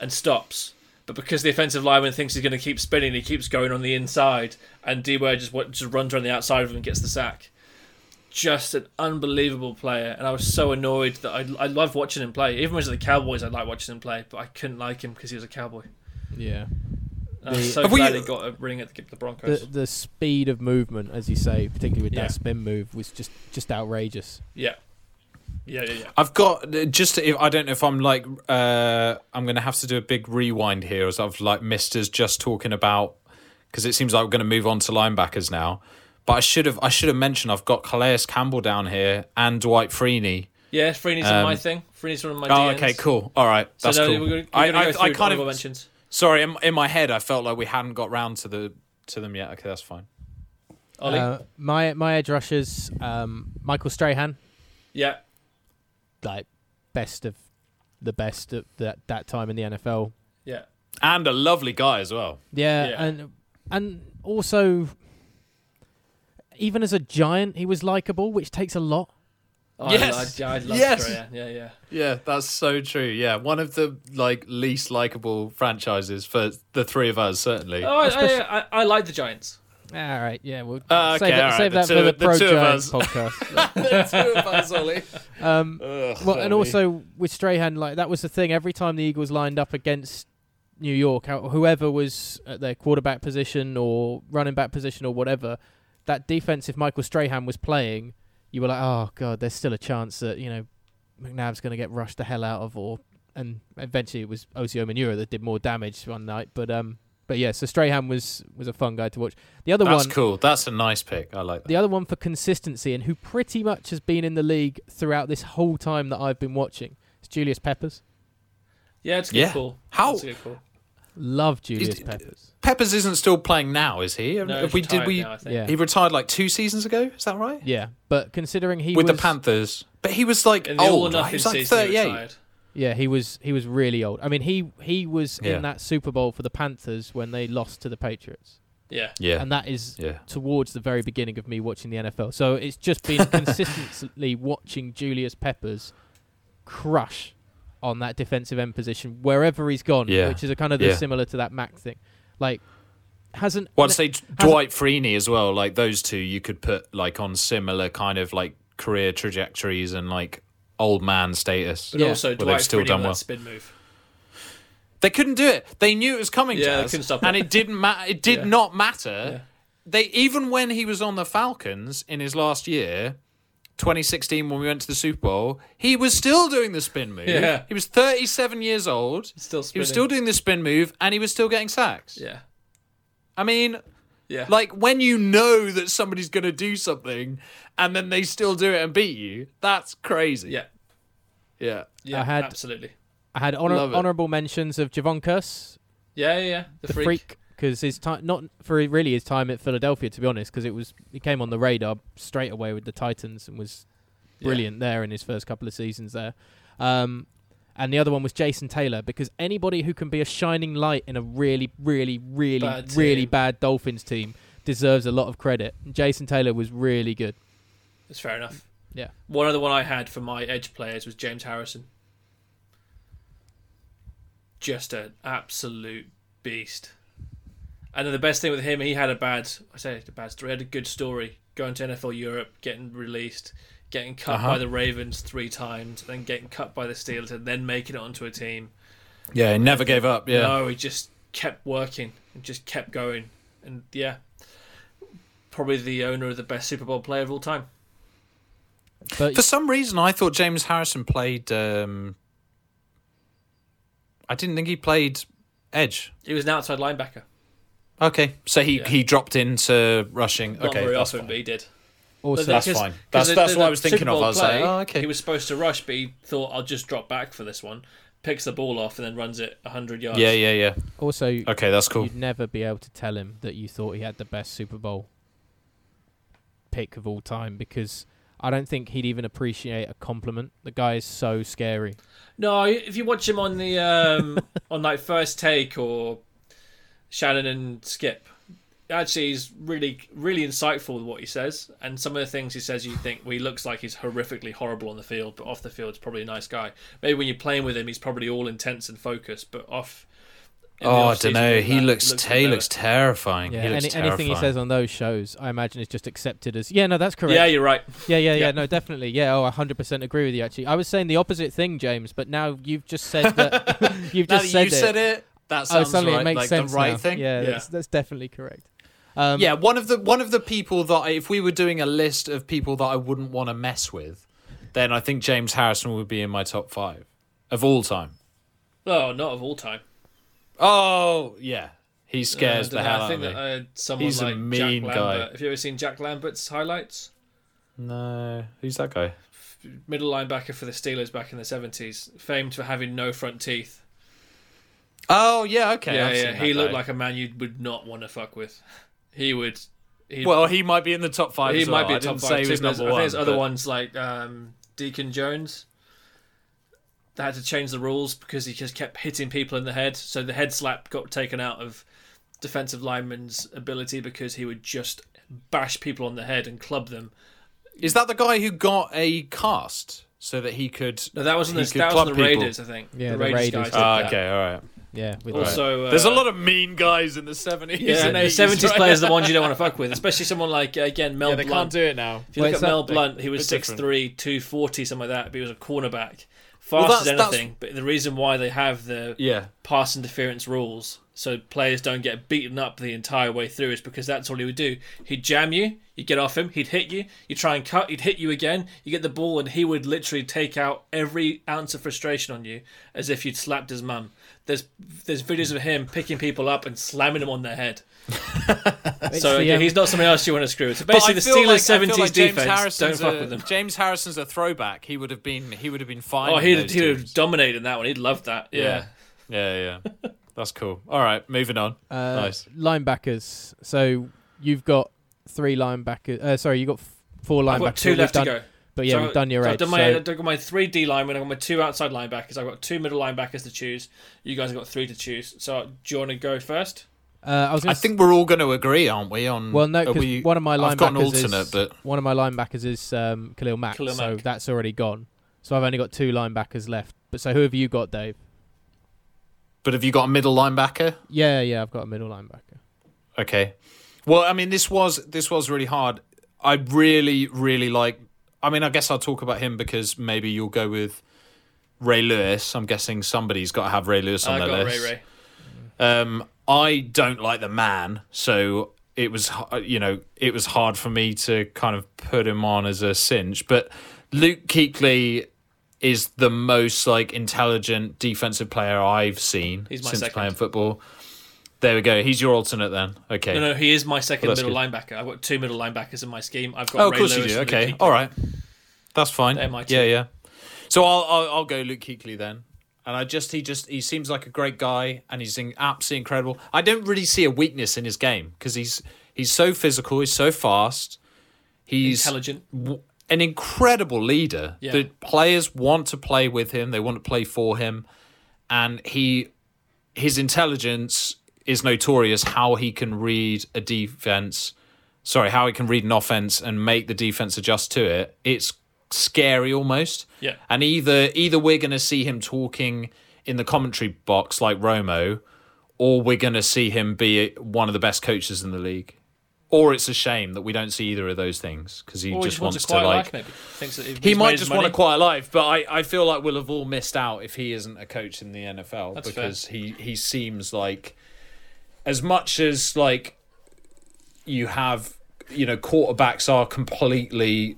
Speaker 5: and stops. But because the offensive lineman thinks he's going to keep spinning, he keeps going on the inside, and Dewar just wa- just runs around the outside of him and gets the sack. Just an unbelievable player, and I was so annoyed that I I loved watching him play. Even when he was at the Cowboys, I liked watching him play, but I couldn't like him because he was a Cowboy.
Speaker 1: Yeah.
Speaker 5: And I was so
Speaker 6: Have we-
Speaker 5: glad he got a ring at the, the
Speaker 1: The
Speaker 5: Broncos.
Speaker 1: the speed of movement, as you say, particularly with
Speaker 5: Yeah.
Speaker 1: that spin move, was just just outrageous.
Speaker 5: yeah, yeah, yeah, yeah.
Speaker 6: I've got uh, just if I don't know if I'm like uh, I'm gonna have to do a big rewind here as I've like missed us just talking about because it seems like we're gonna move on to linebackers now. But I should have I should have mentioned I've got Calais Campbell down here and Dwight Freeney.
Speaker 5: Yeah, Freeney's on my thing. Freeney's one of my.
Speaker 6: Um, Oh,
Speaker 5: DNs.
Speaker 6: okay, cool. All right,
Speaker 5: So
Speaker 6: that's
Speaker 5: no,
Speaker 6: cool.
Speaker 5: we're gonna, we're
Speaker 6: I,
Speaker 5: gonna
Speaker 6: I,
Speaker 5: go
Speaker 6: I
Speaker 5: through
Speaker 6: kind
Speaker 5: honorable
Speaker 6: of
Speaker 5: mentions.
Speaker 6: sorry in, in my head I felt like we hadn't got round to the to them yet. Okay, that's fine.
Speaker 5: Ollie,
Speaker 1: Uh, my my edge rushers, um, Michael Strahan,
Speaker 5: yeah,
Speaker 1: like best of the best at that that time in the NFL.
Speaker 5: yeah,
Speaker 6: And a lovely guy as well.
Speaker 1: Yeah,
Speaker 5: Yeah.
Speaker 1: and and also, even as a giant, he was likable, which takes a lot.
Speaker 5: oh,
Speaker 6: Yes.
Speaker 5: I, I, I love
Speaker 6: Yes.
Speaker 5: Strahan. Yeah, yeah.
Speaker 6: Yeah, that's so true. Yeah, one of the like least likable franchises for the three of us certainly.
Speaker 5: Oh, I, I, I, I like the Giants.
Speaker 1: All right, yeah, we'll
Speaker 6: Uh,
Speaker 1: save
Speaker 6: okay,
Speaker 1: that,
Speaker 6: all right,
Speaker 1: save
Speaker 6: the
Speaker 1: that
Speaker 6: two-
Speaker 1: for the,
Speaker 6: the
Speaker 1: Pro
Speaker 6: two of
Speaker 1: Giants
Speaker 6: us.
Speaker 1: podcast.
Speaker 6: Two of us, Ollie.
Speaker 1: Um, well, and also with Strahan, like that was the thing. Every time the Eagles lined up against New York, how- whoever was at their quarterback position or running back position or whatever, that defense, if Michael Strahan was playing, you were like, oh god, there's still a chance that you know McNabb's going to get rushed the hell out of, or and eventually it was Osio Manura that did more damage one night, but um. But yeah, so Strahan was was a fun guy to watch. The other
Speaker 6: That's
Speaker 1: one,
Speaker 6: cool. That's a nice pick. I like that.
Speaker 1: the other one for consistency and who pretty much has been in the league throughout this whole time that I've been watching is Julius Peppers.
Speaker 5: Yeah, it's a good
Speaker 6: Yeah.
Speaker 5: call.
Speaker 6: How-
Speaker 5: It's a good call.
Speaker 1: Love Julius
Speaker 6: Is-
Speaker 1: Peppers.
Speaker 6: Peppers isn't still playing now, is he?
Speaker 5: No,
Speaker 6: Have
Speaker 5: it's
Speaker 6: we
Speaker 5: tied
Speaker 6: did we?
Speaker 5: now, I think.
Speaker 1: Yeah,
Speaker 6: He retired like two seasons ago. Is that right?
Speaker 1: yeah. But considering he
Speaker 6: With
Speaker 1: was,
Speaker 6: the Panthers, but he was like
Speaker 5: In the all or
Speaker 6: old. Oh, Right? He
Speaker 5: nothing
Speaker 6: was like
Speaker 5: season, he
Speaker 6: thirty-eight.
Speaker 5: retired.
Speaker 1: yeah, he was he was really old. I mean, he he was
Speaker 6: Yeah.
Speaker 1: in that Super Bowl for the Panthers when they lost to the Patriots,
Speaker 5: Yeah.
Speaker 6: Yeah,
Speaker 1: and that is
Speaker 6: yeah.
Speaker 1: towards the very beginning of me watching the NFL. So it's just been consistently watching Julius Peppers crush on that defensive end position wherever he's gone,
Speaker 6: Yeah.
Speaker 1: which is a kind of the
Speaker 6: Yeah.
Speaker 1: similar to that Mac thing. Like hasn't
Speaker 6: Well, I'd say Dwight Freeney as well. Like those two, you could put like on similar kind of like career trajectories and like old man status.
Speaker 5: But
Speaker 1: Yeah.
Speaker 5: also,
Speaker 6: Well, they've
Speaker 5: Dwight
Speaker 6: still
Speaker 5: Freeney
Speaker 6: done
Speaker 5: with that
Speaker 6: well.
Speaker 5: spin move.
Speaker 6: They couldn't do it. They knew it was coming.
Speaker 5: Yeah, they
Speaker 6: Jazz,
Speaker 5: couldn't stop
Speaker 6: and
Speaker 5: it.
Speaker 6: it didn't matter. It did
Speaker 5: Yeah.
Speaker 6: not matter. They even when he was on the Falcons in his last year, 2016, when we went to the Super Bowl, he was still doing the spin move.
Speaker 5: Yeah.
Speaker 6: he was 37 years old.
Speaker 5: Still
Speaker 6: He
Speaker 5: spinning.
Speaker 6: was still doing the spin move, and he was still getting sacks.
Speaker 5: Yeah.
Speaker 6: I mean,
Speaker 5: Yeah.
Speaker 6: like when you know that somebody's going to do something, and then they still do it and beat you. That's crazy.
Speaker 5: yeah.
Speaker 6: yeah.
Speaker 5: Yeah.
Speaker 1: I had-
Speaker 5: absolutely.
Speaker 1: I had honor-
Speaker 6: Love it.
Speaker 1: honorable mentions of Javon Curse,
Speaker 5: Yeah, yeah, yeah. The,
Speaker 1: the
Speaker 5: freak.
Speaker 1: freak, because his time not for really his time at Philadelphia to be honest, because it was he came on the radar straight away with the Titans and was
Speaker 5: Yeah.
Speaker 1: brilliant there in his first couple of seasons there. Um, and the other one was Jason Taylor because anybody who can be a shining light in a really, really, really,
Speaker 5: Bad
Speaker 1: really
Speaker 5: team.
Speaker 1: bad Dolphins team deserves a lot of credit. Jason Taylor was really good.
Speaker 5: It's fair enough.
Speaker 1: Yeah.
Speaker 5: One other one I had for my edge players was James Harrison. Just an absolute beast. And then the best thing with him, he had a bad, I say a bad story, he had a good story going to NFL Europe, getting released, getting cut by the Ravens three times, then getting cut by the Steelers, and then making it onto a team.
Speaker 6: Yeah, he never gave up. Yeah.
Speaker 5: No, he just kept working and just kept going. And yeah, probably the owner of the best Super Bowl player of all time.
Speaker 1: But
Speaker 6: For some reason, I thought James Harrison played. Um, I didn't think he played edge.
Speaker 5: He was an outside linebacker.
Speaker 6: Okay, so he,
Speaker 5: Yeah.
Speaker 6: he dropped into rushing.
Speaker 5: Not
Speaker 6: okay,
Speaker 5: very
Speaker 6: that's
Speaker 5: often, but he did.
Speaker 1: also,
Speaker 6: that's
Speaker 5: Because-
Speaker 6: fine. That's-
Speaker 5: because the-
Speaker 6: that's
Speaker 5: the-
Speaker 6: what I
Speaker 5: the
Speaker 6: was thinking
Speaker 5: Super
Speaker 6: of. I
Speaker 5: Bowl
Speaker 6: was like,
Speaker 5: play,
Speaker 6: oh, okay.
Speaker 5: He was supposed to rush, but he thought, I'll just drop back for this one. Picks the ball off and then runs it 100 yards.
Speaker 6: fine. Yeah, yeah, yeah.
Speaker 1: also
Speaker 6: Okay, that's cool.
Speaker 1: you'd never be able to tell him that you thought he had the best Super Bowl pick of all time because I don't think he'd even appreciate a compliment. The guy is so scary.
Speaker 5: No, if you watch him on the um, on like first take or Shannon and Skip, actually he's really really insightful with what he says, and some of the things he says, you think well, he looks like he's horrifically horrible on the field, but off the field, he's probably a nice guy. Maybe when you're playing with him, he's probably all intense and focused, but off. in the
Speaker 6: Oh, I
Speaker 5: off-season,
Speaker 6: don't know. He
Speaker 5: that
Speaker 6: looks
Speaker 5: a
Speaker 6: he
Speaker 5: bit
Speaker 6: looks
Speaker 5: better.
Speaker 6: terrifying.
Speaker 1: Yeah,
Speaker 6: he looks
Speaker 1: any, anything he
Speaker 6: terrifying.
Speaker 1: says on those shows, I imagine, is just accepted as yeah, no, that's correct.
Speaker 5: yeah, you're right.
Speaker 1: Yeah, yeah, yeah.
Speaker 5: Yeah.
Speaker 1: No, definitely. Yeah. Oh, I hundred percent agree with you. Actually, I was saying the opposite thing, James, but now you've just said that. you've
Speaker 6: Now
Speaker 1: just
Speaker 6: that
Speaker 1: said
Speaker 6: you
Speaker 1: it.
Speaker 6: said it. That
Speaker 1: oh,
Speaker 6: sounds
Speaker 1: suddenly
Speaker 6: right.
Speaker 1: it makes
Speaker 6: like
Speaker 1: sense.
Speaker 6: the right
Speaker 1: now.
Speaker 6: thing.
Speaker 1: Yeah,
Speaker 5: Yeah.
Speaker 1: That's, that's definitely correct. Um,
Speaker 6: Yeah, one of the one of the people that I, if we were doing a list of people that I wouldn't want to mess with, then I think James Harrison would be in my top five of all time.
Speaker 5: Oh, not of all time.
Speaker 6: Oh yeah, he
Speaker 5: Uh,
Speaker 6: scares the
Speaker 5: dunno,
Speaker 6: hell out
Speaker 5: I
Speaker 6: of
Speaker 5: think
Speaker 6: me.
Speaker 5: that uh, someone
Speaker 6: He's a
Speaker 5: like
Speaker 6: mean
Speaker 5: Jack
Speaker 6: guy.
Speaker 5: Lambert. Have you ever seen Jack Lambert's highlights?
Speaker 6: No, who's that guy?
Speaker 5: middle linebacker for the Steelers back in the seventies, famed for having no front teeth.
Speaker 6: Oh yeah, okay.
Speaker 5: yeah,
Speaker 6: I've
Speaker 5: yeah.
Speaker 6: seen that
Speaker 5: He looked
Speaker 6: guy.
Speaker 5: like a man you would not want to fuck with. He would. He,
Speaker 6: Well, he might be in the top five.
Speaker 5: he
Speaker 6: as
Speaker 5: might
Speaker 6: well.
Speaker 5: be
Speaker 6: I
Speaker 5: a top
Speaker 6: didn't say
Speaker 5: five.
Speaker 6: he
Speaker 5: too,
Speaker 6: was
Speaker 5: but there's-
Speaker 6: number
Speaker 5: I think there's
Speaker 6: one,
Speaker 5: other
Speaker 6: but-
Speaker 5: ones like um, Deacon Jones. They had to change the rules because he just kept hitting people in the head. So the head slap got taken out of defensive lineman's ability because he would just bash people on the head and club them.
Speaker 6: Is that the guy who got a cast so that he could?
Speaker 5: No, that was in
Speaker 6: he
Speaker 5: the,
Speaker 6: could
Speaker 5: that was
Speaker 6: club
Speaker 5: in the
Speaker 6: people?
Speaker 5: Raiders, I think.
Speaker 1: Yeah,
Speaker 5: the
Speaker 1: the
Speaker 5: Raiders,
Speaker 1: Raiders
Speaker 5: guy
Speaker 1: did
Speaker 5: did
Speaker 6: Ah,
Speaker 5: that.
Speaker 6: okay, all right.
Speaker 1: yeah. With that.
Speaker 5: Also, uh,
Speaker 6: There's a lot of mean guys in the 70s.
Speaker 5: yeah,
Speaker 6: and
Speaker 5: no,
Speaker 6: 80s,
Speaker 5: 70s
Speaker 6: right?
Speaker 5: players are the ones you don't want to fuck with, especially someone like uh, again Mel
Speaker 3: Yeah, they can't
Speaker 5: Blunt.
Speaker 3: do it now.
Speaker 5: If you look
Speaker 1: Well, it's
Speaker 5: at Mel
Speaker 1: that big.
Speaker 5: Blunt, he was
Speaker 3: Bit different.
Speaker 5: 6'3", 240, something like that, but he was a cornerback. Fast as
Speaker 6: that's- that's-
Speaker 5: anything, but the reason why they have the
Speaker 6: Yeah.
Speaker 5: pass interference rules so players don't get beaten up the entire way through is because that's all he would do. He'd jam you, you get off him, he'd hit you, you try and cut, he'd hit you again, you get the ball, and he would literally take out every ounce of frustration on you as if you'd slapped his mum. There's there's videos of him picking people up and slamming them on their head. so
Speaker 1: the,
Speaker 5: yeah,
Speaker 1: um,
Speaker 5: he's not something else you want to screw with. So
Speaker 6: But
Speaker 5: basically,
Speaker 6: I
Speaker 5: the
Speaker 6: feel
Speaker 5: Steelers'
Speaker 6: like- I feel
Speaker 5: seventies
Speaker 6: like James
Speaker 5: defense don't
Speaker 6: Harrison's
Speaker 5: fuck
Speaker 6: a-
Speaker 5: with them.
Speaker 6: James Harrison's a throwback. He would have been. He would have been fine.
Speaker 5: Oh,
Speaker 6: in
Speaker 5: he'd,
Speaker 6: those
Speaker 5: he'd have
Speaker 6: teams.
Speaker 5: dominated that one. He'd love that. yeah.
Speaker 6: Yeah, yeah, yeah. That's cool. All right, moving on.
Speaker 1: Uh,
Speaker 6: nice.
Speaker 1: Linebackers. So you've got three linebackers. Uh, sorry, you've got f- four linebackers.
Speaker 5: I've got two
Speaker 1: We've
Speaker 5: left
Speaker 1: done-
Speaker 5: to go.
Speaker 1: But yeah,
Speaker 5: So-
Speaker 1: we've done your
Speaker 5: so
Speaker 1: edge.
Speaker 5: I've done my,
Speaker 1: so-
Speaker 5: I've got my three D linemen. I've got my two outside linebackers. I've got two middle linebackers to choose. You guys have got three to choose. So do you want to go first?
Speaker 1: uh, I was
Speaker 6: I
Speaker 1: going to
Speaker 6: think we're all going to agree, aren't we? On
Speaker 1: Well, no,
Speaker 6: are
Speaker 1: because
Speaker 6: we-
Speaker 1: one of my linebackers
Speaker 6: I've got an alternate,
Speaker 1: is
Speaker 6: but
Speaker 1: one of my linebackers is um, Khalil Mack,
Speaker 5: Khalil
Speaker 1: so
Speaker 5: Mack.
Speaker 1: that's already gone. So I've only got two linebackers left. But so who have you got, Dave?
Speaker 6: but have you got a middle linebacker?
Speaker 1: Yeah, yeah, I've got a middle linebacker.
Speaker 6: Okay. Well, I mean, this was this was really hard. I really, really like. I mean, I guess I'll talk about him because maybe you'll go with Ray Lewis. I'm guessing somebody's got to have Ray Lewis on
Speaker 5: I
Speaker 6: their
Speaker 5: got
Speaker 6: list.
Speaker 5: Ray Ray.
Speaker 6: Um, I don't like the man, so it was h- uh, you know it was hard for me to kind of put him on as a cinch. But Luke Keekley is the most like intelligent defensive player I've seen
Speaker 5: He's my
Speaker 6: since
Speaker 5: second.
Speaker 6: playing football. There we go. He's your alternate then. Okay.
Speaker 5: No, no, he is my second
Speaker 6: Well, that's
Speaker 5: middle linebacker. I've got two middle linebackers in my scheme. I've got
Speaker 6: Oh, of
Speaker 5: Ray
Speaker 6: course
Speaker 5: Lewis
Speaker 6: you do.
Speaker 5: and Luke
Speaker 6: Okay,
Speaker 5: Kuechly.
Speaker 6: all right, that's fine.
Speaker 5: They're my two.
Speaker 6: Yeah, yeah. So I'll, I'll I'll go Luke Kuechly then, and I just he just he seems like a great guy, and he's in, absolutely incredible. I don't really see a weakness in his game because he's he's so physical, he's so fast, he's
Speaker 5: Intelligent.
Speaker 6: w- an incredible leader.
Speaker 5: Yeah.
Speaker 6: The players want to play with him, they want to play for him, and he his intelligence is notorious how he can read a defense sorry how he can read an offense and make the defense adjust to it it's scary almost
Speaker 5: Yeah.
Speaker 6: and either either we're going to see him talking in the commentary box like romo or we're going to see him be one of the best coaches in the league or it's a shame that we don't see either of those things because he
Speaker 5: Or he
Speaker 6: just wants
Speaker 5: a
Speaker 6: to
Speaker 5: quiet
Speaker 6: like
Speaker 5: life, maybe. Thinks that
Speaker 6: he
Speaker 5: he's made
Speaker 6: might
Speaker 5: his
Speaker 6: just want a
Speaker 5: money.
Speaker 6: quiet life, but I, I feel like we'll have all missed out if he isn't a coach in the NFL
Speaker 5: That's fair.
Speaker 6: because he, he seems like as much as like you have you know quarterbacks are completely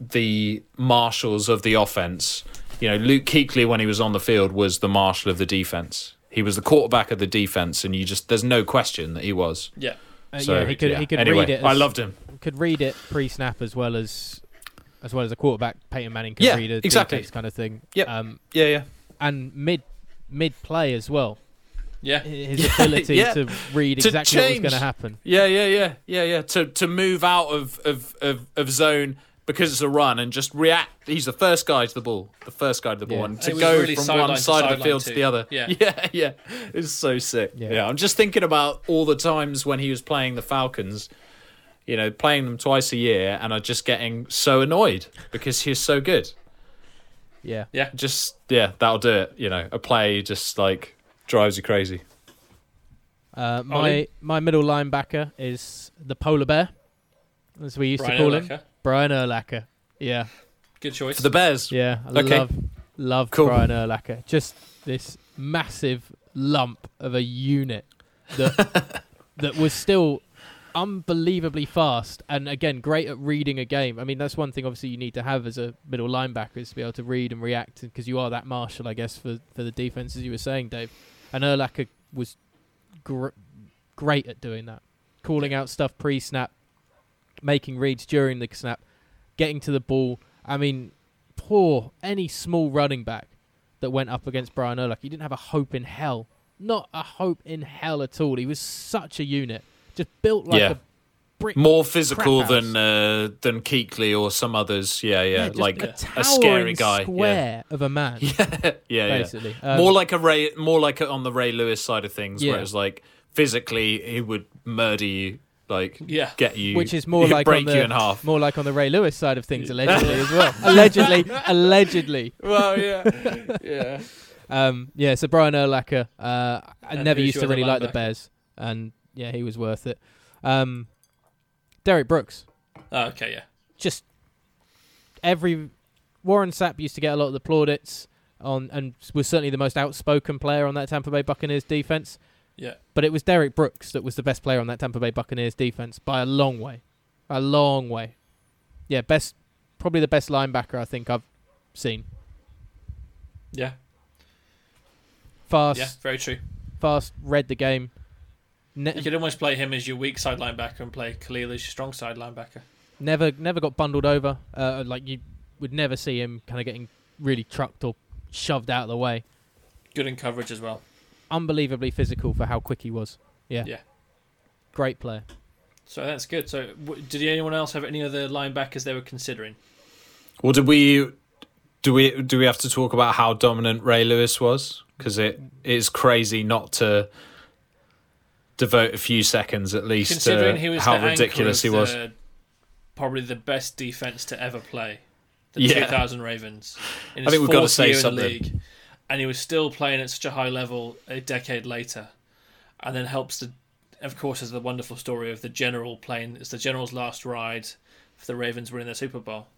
Speaker 6: the marshals of the offense. You know, Luke Kuechly when he was on the field was the marshal of the defense. He was the quarterback of the defense, and you just there's no question that he was.
Speaker 5: Yeah.
Speaker 1: Uh,
Speaker 6: So,
Speaker 1: yeah, he could he could
Speaker 6: anyway,
Speaker 1: read it. As,
Speaker 6: I loved him.
Speaker 1: could read it pre snap as well as as well as a quarterback. Peyton Manning could
Speaker 6: Yeah,
Speaker 1: read it
Speaker 6: exactly.
Speaker 1: kind of thing.
Speaker 6: Yep.
Speaker 1: Um,
Speaker 6: Yeah, yeah.
Speaker 1: and mid mid play as well.
Speaker 5: Yeah.
Speaker 1: His ability
Speaker 6: yeah.
Speaker 1: to read
Speaker 6: To
Speaker 1: exactly what was
Speaker 6: change.
Speaker 1: going to happen.
Speaker 6: Yeah, yeah, yeah, yeah, yeah. To to move out of of, of, of zone because it's a run and just react. He's the first guy to the ball, the first guy to the ball,
Speaker 1: Yeah.
Speaker 6: and
Speaker 5: He
Speaker 6: to
Speaker 5: was
Speaker 6: go
Speaker 5: really
Speaker 6: from
Speaker 5: sideline
Speaker 6: one
Speaker 5: to
Speaker 6: side of the
Speaker 5: sideline
Speaker 6: field to
Speaker 5: too.
Speaker 6: the other.
Speaker 5: Yeah.
Speaker 6: yeah, yeah. It's so sick.
Speaker 1: Yeah.
Speaker 6: Yeah. I'm just thinking about all the times when he was playing the Falcons. You know, playing them twice a year, and I'm just getting so annoyed because he's so good.
Speaker 1: Yeah.
Speaker 5: Yeah.
Speaker 6: Just yeah, that'll do it. You know, a play just like drives you crazy.
Speaker 1: Uh, my
Speaker 5: Ollie?
Speaker 1: my middle linebacker is the polar bear, as we used
Speaker 5: Brian
Speaker 1: to call him,
Speaker 5: Urlacher.
Speaker 1: Brian Erlacher. Yeah,
Speaker 5: Good choice.
Speaker 6: The Bears.
Speaker 1: yeah, I
Speaker 6: Okay.
Speaker 1: love love
Speaker 6: Cool.
Speaker 1: Brian Erlacher. Just this massive lump of a unit that that was still unbelievably fast and again great at reading a game. I mean, that's one thing obviously you need to have as a middle linebacker is to be able to read and react because you are that marshal, I guess, for for the defense as you were saying, Dave. And Erlacher was gr- great at doing that, calling out stuff pre-snap, making reads during the snap, getting to the ball. I mean, poor any small running back that went up against Brian Urlacher. He didn't have a hope in hell. Not a hope in hell at all. He was such a unit, just built like
Speaker 6: Yeah.
Speaker 1: a brick.
Speaker 6: more physical
Speaker 1: Crap house.
Speaker 6: than uh, than Keekley or some others. Yeah, yeah,
Speaker 1: Yeah, just
Speaker 6: like
Speaker 1: a,
Speaker 6: a,
Speaker 1: towering
Speaker 6: scary guy. Yeah,
Speaker 1: square of a man,
Speaker 6: yeah, yeah.
Speaker 1: basically. Um,
Speaker 6: more like a Ray, more like a, on the Ray Lewis side of things,
Speaker 1: Yeah.
Speaker 6: where it was like physically he would murder you, like
Speaker 5: Yeah.
Speaker 6: get you,
Speaker 1: which is more like
Speaker 6: break
Speaker 1: on the
Speaker 6: you in half.
Speaker 1: more like on the Ray Lewis side of things, allegedly as well. allegedly, allegedly.
Speaker 6: well, yeah, yeah.
Speaker 1: Um, yeah, so Brian Urlacher, uh, I
Speaker 5: And
Speaker 1: never
Speaker 5: who's
Speaker 1: used to
Speaker 5: your other
Speaker 1: really like the
Speaker 5: linebacker?
Speaker 1: Bears, and yeah, he was worth it. Um, Derek Brooks,
Speaker 5: Oh, okay, yeah.
Speaker 1: just every Warren Sapp used to get a lot of the plaudits on, and was certainly the most outspoken player on that Tampa Bay Buccaneers defense.
Speaker 5: Yeah.
Speaker 1: But it was Derek Brooks that was the best player on that Tampa Bay Buccaneers defense by a long way, a long way. Yeah, best, probably the best linebacker I think I've seen.
Speaker 5: Yeah.
Speaker 1: Fast,
Speaker 5: Yeah, very true.
Speaker 1: fast, read the game. Ne-
Speaker 5: You could almost play him as your weak side linebacker and play Khalil as your strong side linebacker.
Speaker 1: never never got bundled over. Uh, like you would never see him kind of getting really trucked or shoved out of the way.
Speaker 5: Good in coverage as well.
Speaker 1: Unbelievably physical for how quick he was. Yeah.
Speaker 5: Yeah.
Speaker 1: Great player.
Speaker 5: So that's good. So, w- did anyone else have any other linebackers they were considering?
Speaker 6: Well, did we do we do we have to talk about how dominant Ray Lewis was? Because it is crazy not to devote a few seconds at least
Speaker 5: Considering
Speaker 6: to
Speaker 5: he was
Speaker 6: how
Speaker 5: the
Speaker 6: ridiculous he
Speaker 5: anchor of
Speaker 6: was.
Speaker 5: the- probably the best defense to ever play, the
Speaker 6: Yeah.
Speaker 5: 2000 Ravens. In
Speaker 6: I
Speaker 5: his
Speaker 6: think we've got to
Speaker 5: fourth
Speaker 6: say
Speaker 5: year in the
Speaker 6: something.
Speaker 5: league, and he was still playing at such a high level a decade later, and then helps to, of course, is the wonderful story of the general playing. It's the general's last ride for the Ravens winning their Super Bowl.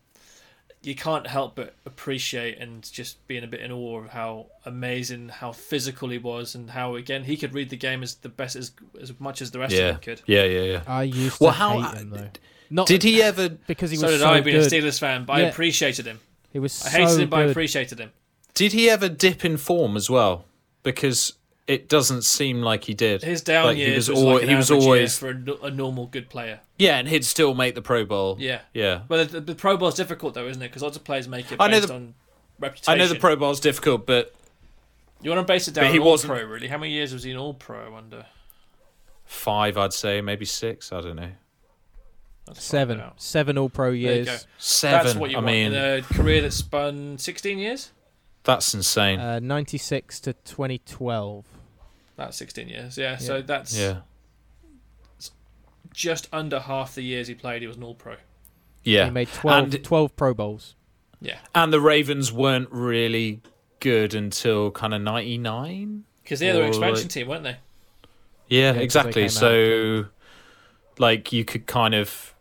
Speaker 5: You can't help but appreciate and just being a bit in awe of how amazing, how physical he was, and how again he could read the game as the best as as much as the rest of
Speaker 6: Yeah,
Speaker 5: them could.
Speaker 6: yeah, yeah, yeah.
Speaker 1: I used
Speaker 6: Well,
Speaker 1: to
Speaker 6: how- uh,
Speaker 1: hate him though. Not
Speaker 6: Did he ever?
Speaker 1: because he
Speaker 5: So
Speaker 1: was
Speaker 5: did
Speaker 1: so
Speaker 5: I, being
Speaker 1: good.
Speaker 5: a Steelers fan, but I
Speaker 1: Yeah.
Speaker 5: appreciated him.
Speaker 1: He was
Speaker 5: I
Speaker 1: so
Speaker 5: hated him, but I
Speaker 1: good.
Speaker 5: appreciated him.
Speaker 6: Did he ever dip in form as well? Because it doesn't seem like he did.
Speaker 5: His down
Speaker 6: like,
Speaker 5: years
Speaker 6: he was,
Speaker 5: was
Speaker 6: al-
Speaker 5: like an
Speaker 6: he was
Speaker 5: average year
Speaker 6: always
Speaker 5: for a, no- a normal good player.
Speaker 6: yeah, and he'd still make the Pro Bowl.
Speaker 5: Yeah,
Speaker 6: yeah.
Speaker 5: But the, the Pro Bowl is difficult though, isn't it? Because lots of players make it
Speaker 6: I know
Speaker 5: based
Speaker 6: the-
Speaker 5: on reputation.
Speaker 6: I know the Pro Bowl's difficult, but
Speaker 5: You want to base it down.
Speaker 6: But he
Speaker 5: on all
Speaker 6: wasn't-
Speaker 5: pro really. How many years was he an all pro? I wonder.
Speaker 6: five, I'd say, maybe six. I don't know.
Speaker 5: Let's find
Speaker 1: seven,
Speaker 5: out.
Speaker 1: seven All Pro
Speaker 5: There you
Speaker 1: years.
Speaker 5: go.
Speaker 6: Seven.
Speaker 5: That's what you
Speaker 6: I
Speaker 5: want
Speaker 6: mean,
Speaker 5: in a career that spun 16 years.
Speaker 6: that's insane.
Speaker 1: Uh, 96 to 2012.
Speaker 5: That's 16 years. Yeah. So that's
Speaker 6: yeah,
Speaker 5: just under half the years he played. He was an all pro.
Speaker 6: yeah.
Speaker 1: He made 12,
Speaker 6: And
Speaker 1: 12 Pro Bowls.
Speaker 6: and the Ravens weren't really good until kind of ninety nine.
Speaker 5: Because they were
Speaker 6: Or,
Speaker 5: an expansion
Speaker 6: like-
Speaker 5: team, weren't they?
Speaker 6: Yeah,
Speaker 1: 'cause they
Speaker 6: exactly.
Speaker 1: came
Speaker 6: So, like, you could kind of,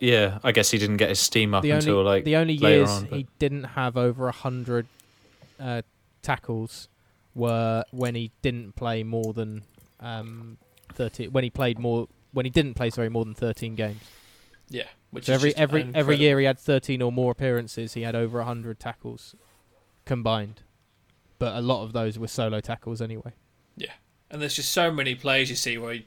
Speaker 6: yeah. I guess he didn't get his steam up
Speaker 1: the only
Speaker 6: until like
Speaker 1: the only
Speaker 6: later
Speaker 1: years
Speaker 6: on, but-
Speaker 1: he didn't have over a hundred uh, tackles were when he didn't play more than um, thirty. When he played more, when he didn't play sorry more than thirteen games.
Speaker 5: Yeah. Which
Speaker 1: So
Speaker 5: is
Speaker 1: every
Speaker 5: just
Speaker 1: every every
Speaker 5: incredible.
Speaker 1: year he had thirteen or more appearances. He had over a hundred tackles combined, but a lot of those were solo tackles anyway.
Speaker 5: And there's just so many plays you see where, he,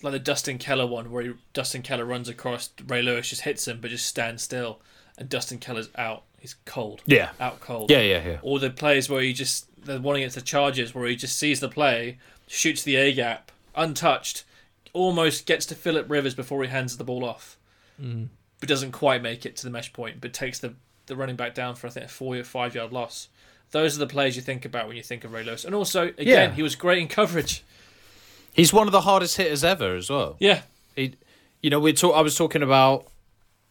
Speaker 5: like the Dustin Keller one, where he, Dustin Keller runs across Ray Lewis, just hits him, but just stands still, and Dustin Keller's out. He's cold.
Speaker 6: yeah,
Speaker 5: Out cold.
Speaker 6: yeah, yeah, yeah.
Speaker 5: Or the plays where he just the one against the Chargers, where he just sees the play, shoots the A gap untouched, almost gets to Philip Rivers before he hands the ball off,
Speaker 6: Mm.
Speaker 5: but doesn't quite make it to the mesh point, but takes the the running back down for I think a four or five yard loss. Those are the plays you think about when you think of Ray Lewis. And also, again,
Speaker 6: Yeah.
Speaker 5: he was great in coverage.
Speaker 6: He's one of the hardest hitters ever as well.
Speaker 5: Yeah,
Speaker 6: He, you know, we talk. I was talking about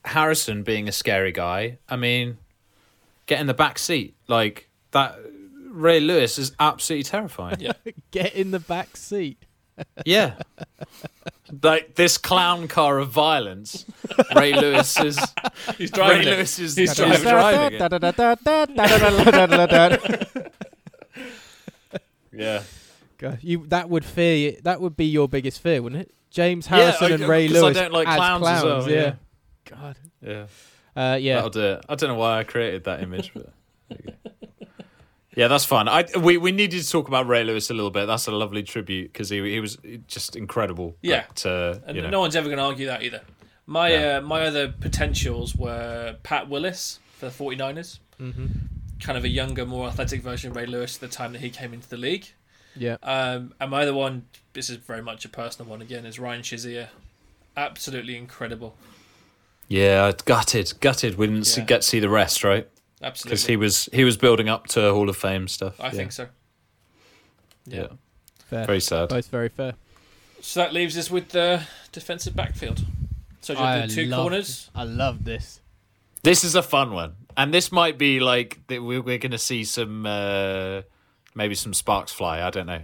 Speaker 6: Harrison being a scary guy. I mean, get in the back seat like that. Ray Lewis is absolutely terrifying.
Speaker 5: Yeah.
Speaker 1: Get in the back seat.
Speaker 6: Yeah. like this clown car of violence. Ray Lewis is
Speaker 5: He's
Speaker 6: Ray
Speaker 5: driving. it.
Speaker 6: Lewis is
Speaker 5: He's
Speaker 6: he's
Speaker 5: driving.
Speaker 6: driving, it. Yeah.
Speaker 1: God, you that would fear you, that would be your biggest fear, wouldn't it? James Harrison
Speaker 6: I-
Speaker 1: and Ray
Speaker 6: 'cause I
Speaker 1: Lewis
Speaker 6: don't like
Speaker 1: as
Speaker 6: clowns as well,
Speaker 1: yeah.
Speaker 6: yeah.
Speaker 1: God.
Speaker 6: Yeah.
Speaker 1: Uh, yeah.
Speaker 6: That'll do it. I don't know why I created that image, but there you go. Yeah, that's fine. I we, we needed to talk about Ray Lewis a little bit. That's a lovely tribute because he he was just incredible.
Speaker 5: Yeah.
Speaker 6: But, uh,
Speaker 5: And
Speaker 6: you know.
Speaker 5: no one's ever going to argue that either. My
Speaker 6: No.
Speaker 5: uh, my other potentials were Pat Willis for the 49ers, mm-hmm. kind of a younger, more athletic version of Ray Lewis at the time that he came into the league.
Speaker 1: Yeah.
Speaker 5: Um, and my other one, this is very much a personal one again, is Ryan Shazier. Absolutely incredible.
Speaker 6: Yeah, I'd gutted, gutted. We didn't see,
Speaker 5: Yeah.
Speaker 6: get to see the rest, right? Because
Speaker 5: Absolutely.
Speaker 6: he was he was building up to Hall of Fame stuff.
Speaker 5: I
Speaker 6: yeah.
Speaker 5: think so.
Speaker 6: Yeah.
Speaker 1: fair.
Speaker 6: Very sad.
Speaker 1: Both very fair.
Speaker 5: So that leaves us with the defensive backfield. So the two
Speaker 1: loved-
Speaker 5: corners.
Speaker 1: I love this.
Speaker 6: This is a fun one, And this might be like that we- we're going to see some uh, maybe some sparks fly. I don't know.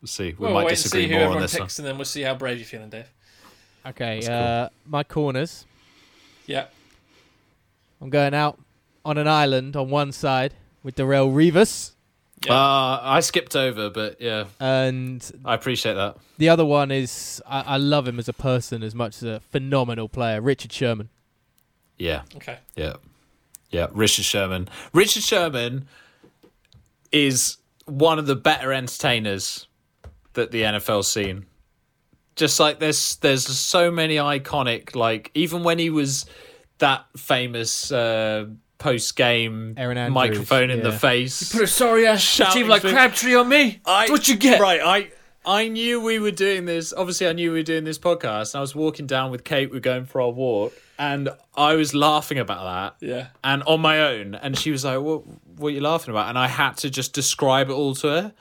Speaker 6: We'll see. We
Speaker 5: Well,
Speaker 6: might
Speaker 5: wait and
Speaker 6: disagree
Speaker 5: see who
Speaker 6: more on
Speaker 5: everyone
Speaker 6: this one.
Speaker 5: picks, and then we'll see how brave you're feeling, Dave.
Speaker 1: Okay, uh, my corners.
Speaker 5: Yeah.
Speaker 1: I'm going out on an island on one side with Darrell Revis,
Speaker 5: Yeah.
Speaker 6: Uh, I skipped over, but yeah,
Speaker 1: and
Speaker 6: I appreciate that.
Speaker 1: the other one is I, I love him as a person as much as a phenomenal player, Richard Sherman.
Speaker 6: Yeah,
Speaker 5: Okay.
Speaker 6: yeah, yeah. Richard Sherman. Richard Sherman is one of the better entertainers that the NFL's seen. Just like there's there's so many iconic like even when he was that famous uh, post game
Speaker 1: Aaron Andrews,
Speaker 6: microphone in the
Speaker 1: yeah.
Speaker 6: face.
Speaker 5: Put a sorry ass
Speaker 6: Shouting
Speaker 5: team like
Speaker 6: through-
Speaker 5: Crabtree on me. That's what you get.
Speaker 6: Right, I I knew we were doing this. Obviously, I knew we were doing this podcast. And I was walking down with Kate. We are going for our walk, and I was laughing about that.
Speaker 5: Yeah.
Speaker 6: And on my own, and she was like, "What? What are you laughing about?" And I had to just describe it all to her.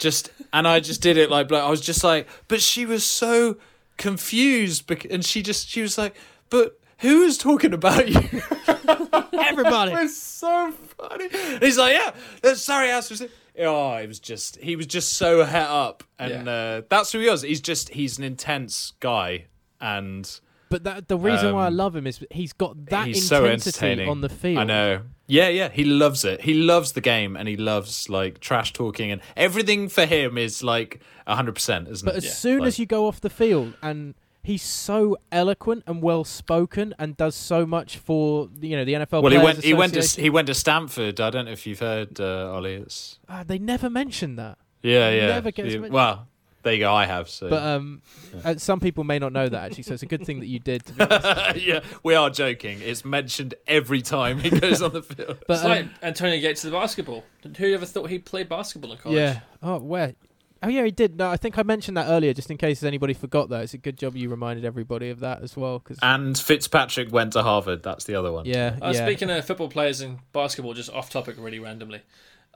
Speaker 6: just and I just did it like blo- I was just like, but she was so confused, bec- and she just she was like, but who is talking about you?
Speaker 1: Everybody.
Speaker 6: It's so funny. And he's like, yeah, that's sorry, ass was it. Oh, it was just he was just so het up, and
Speaker 5: Yeah.
Speaker 6: uh, that's who he was. He's just he's an intense guy, and
Speaker 1: but that, the reason why I love him is he's got that
Speaker 6: Um, he's so
Speaker 1: intensity
Speaker 6: entertaining
Speaker 1: on the field.
Speaker 6: I know. Yeah, yeah, he loves it. He loves the game, and he loves like trash talking, and everything for him is like hundred percent, isn't
Speaker 1: But
Speaker 6: it?
Speaker 1: as soon as you go off the field and he's so eloquent and well spoken and does so much for you know the NFL
Speaker 6: well, he
Speaker 1: Players
Speaker 6: went. He went to
Speaker 1: Association.
Speaker 6: he went to Stanford. I don't know if you've heard uh, Ollie. It's
Speaker 1: Ah, they never mentioned that.
Speaker 6: yeah, yeah.
Speaker 1: Never gets
Speaker 6: Yeah,
Speaker 1: mentioned.
Speaker 6: well, there you go. I have. So
Speaker 1: But um, uh, some people may not know that actually, so it's a good thing that you did. To be honest.
Speaker 6: yeah, we are joking. It's mentioned every time he goes on the field.
Speaker 1: But
Speaker 5: It's
Speaker 1: um,
Speaker 5: like Antonio Gates to the basketball. Who ever thought he played basketball in college?
Speaker 1: yeah, oh where? Oh yeah, he did. No, I think I mentioned that earlier, just in case anybody forgot that. It's a good job you reminded everybody of that as well, because
Speaker 6: and Fitzpatrick went to Harvard. That's the other one.
Speaker 1: yeah,
Speaker 5: Uh,
Speaker 1: yeah.
Speaker 5: Speaking of football players and basketball, just off topic really randomly.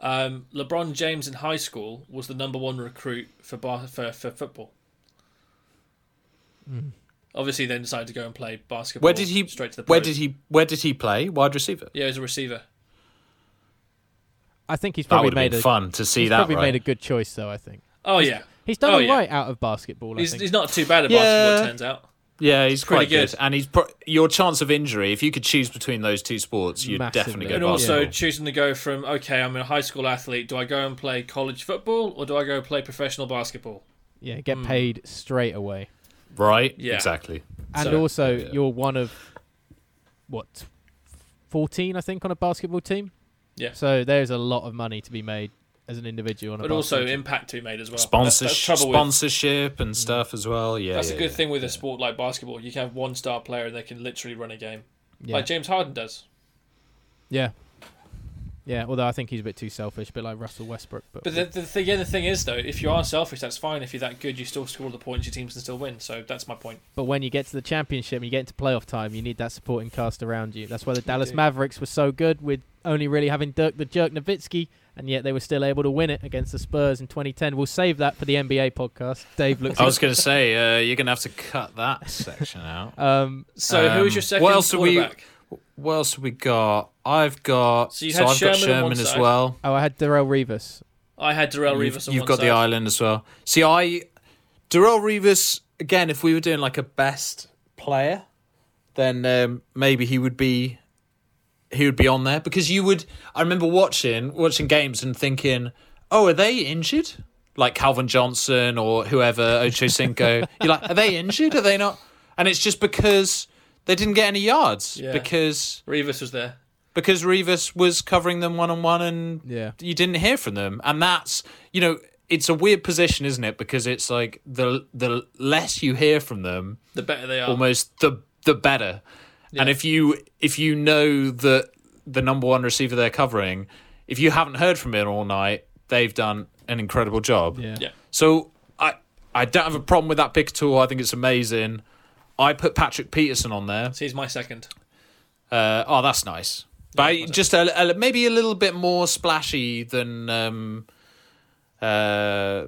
Speaker 5: Um, LeBron James in high school was the number one recruit for bar- for, for football.
Speaker 1: Hmm.
Speaker 5: Obviously, then decided to go and play basketball.
Speaker 6: Where did he?
Speaker 5: straight to the?
Speaker 6: where
Speaker 5: pros.
Speaker 6: did he? Where did he play? Wide receiver.
Speaker 5: Yeah, as a receiver.
Speaker 1: I think he's
Speaker 6: That
Speaker 1: probably
Speaker 6: would have
Speaker 1: made
Speaker 6: been
Speaker 1: a
Speaker 6: fun to see
Speaker 1: he's
Speaker 6: that.
Speaker 1: probably
Speaker 6: Right?
Speaker 1: made a good choice though. I think
Speaker 5: Oh yeah,
Speaker 1: he's done
Speaker 5: Oh,
Speaker 1: all
Speaker 5: yeah.
Speaker 1: right out of basketball. I
Speaker 5: he's,
Speaker 1: think.
Speaker 5: he's not too bad at
Speaker 6: Yeah.
Speaker 5: basketball. It turns out.
Speaker 6: yeah, he's
Speaker 5: pretty
Speaker 6: quite good.
Speaker 5: good.
Speaker 6: And he's pro- your chance of injury. If you could choose between those two sports, you'd
Speaker 1: Massively.
Speaker 6: definitely go
Speaker 5: And
Speaker 6: basketball.
Speaker 5: also choosing to go from okay, I'm a high school athlete. Do I go and play college football or do I go play professional basketball?
Speaker 1: yeah,
Speaker 6: Hmm.
Speaker 1: get paid straight away.
Speaker 6: right?
Speaker 5: Yeah.
Speaker 6: Exactly.
Speaker 1: And
Speaker 6: So,
Speaker 1: also,
Speaker 6: yeah.
Speaker 1: you're one of what fourteen, I think, on a basketball team.
Speaker 5: Yeah.
Speaker 1: So there's a lot of money to be made as an individual on a
Speaker 5: But
Speaker 1: basketball
Speaker 5: also
Speaker 1: team.
Speaker 5: impact he made as well.
Speaker 6: Sponsors-
Speaker 5: That's, that's trouble with- Mm.
Speaker 6: sponsorship and stuff as well. Yeah,
Speaker 5: That's a
Speaker 6: yeah,
Speaker 5: good
Speaker 6: yeah.
Speaker 5: thing with a sport like basketball. You can have one star player and they can literally run a game,
Speaker 1: Yeah.
Speaker 5: like James Harden does.
Speaker 1: Yeah. Yeah, although I think he's a bit too selfish, a bit like Russell Westbrook. But,
Speaker 5: But the, the, thing, yeah, the thing is, though, if you are selfish, that's fine. If you're that good, you still score all the points your teams can still win. So that's my point.
Speaker 1: but when you get to the championship and you get into playoff time, you need that supporting cast around you. That's why the Dallas
Speaker 5: do.
Speaker 1: Mavericks were so good with only really having Dirk the Jerk Nowitzki, and yet they were still able to win it against the Spurs in 2010. We'll save that for the NBA podcast. Dave looks.
Speaker 6: I was going to say uh, you're going to have to cut that section out.
Speaker 1: um,
Speaker 5: So who
Speaker 6: Um,
Speaker 5: is your second
Speaker 6: what else do we-
Speaker 5: quarterback?
Speaker 6: What else have we got? I've got.
Speaker 5: So you had
Speaker 6: I've
Speaker 5: Sherman
Speaker 6: got
Speaker 5: on
Speaker 6: Sherman
Speaker 5: one
Speaker 6: as
Speaker 5: side.
Speaker 6: well.
Speaker 1: oh, I had Darrell Revis.
Speaker 5: I had Darrell
Speaker 6: You've-
Speaker 5: Revis on
Speaker 6: You've
Speaker 5: one
Speaker 6: got
Speaker 5: side.
Speaker 6: the island as well. See, I Darrell Revis again. If we were doing like a best player, then um, maybe he would be he would be on there because you would. I remember watching watching games and thinking, oh, are they injured? Like Calvin Johnson or whoever Ocho Cinco. You're like, are they injured? Are they not? And it's just because they didn't get any yards
Speaker 5: Yeah.
Speaker 6: because
Speaker 5: Revis was there.
Speaker 6: because Revis was covering them one on one and
Speaker 1: Yeah.
Speaker 6: you didn't hear from them. And that's you know, it's a weird position, isn't it? Because it's like the the less you hear from them,
Speaker 5: The better they are.
Speaker 6: almost the the better. And if you if you know that the number one receiver they're covering, if you haven't heard from him all night, they've done an incredible job.
Speaker 5: Yeah.
Speaker 6: So I I don't have a problem with that pick at all. I think it's amazing. I put Patrick Peterson on there.
Speaker 5: So he's my second.
Speaker 6: Uh, oh, that's nice. But I- just a, a- maybe a little bit more splashy than um, uh,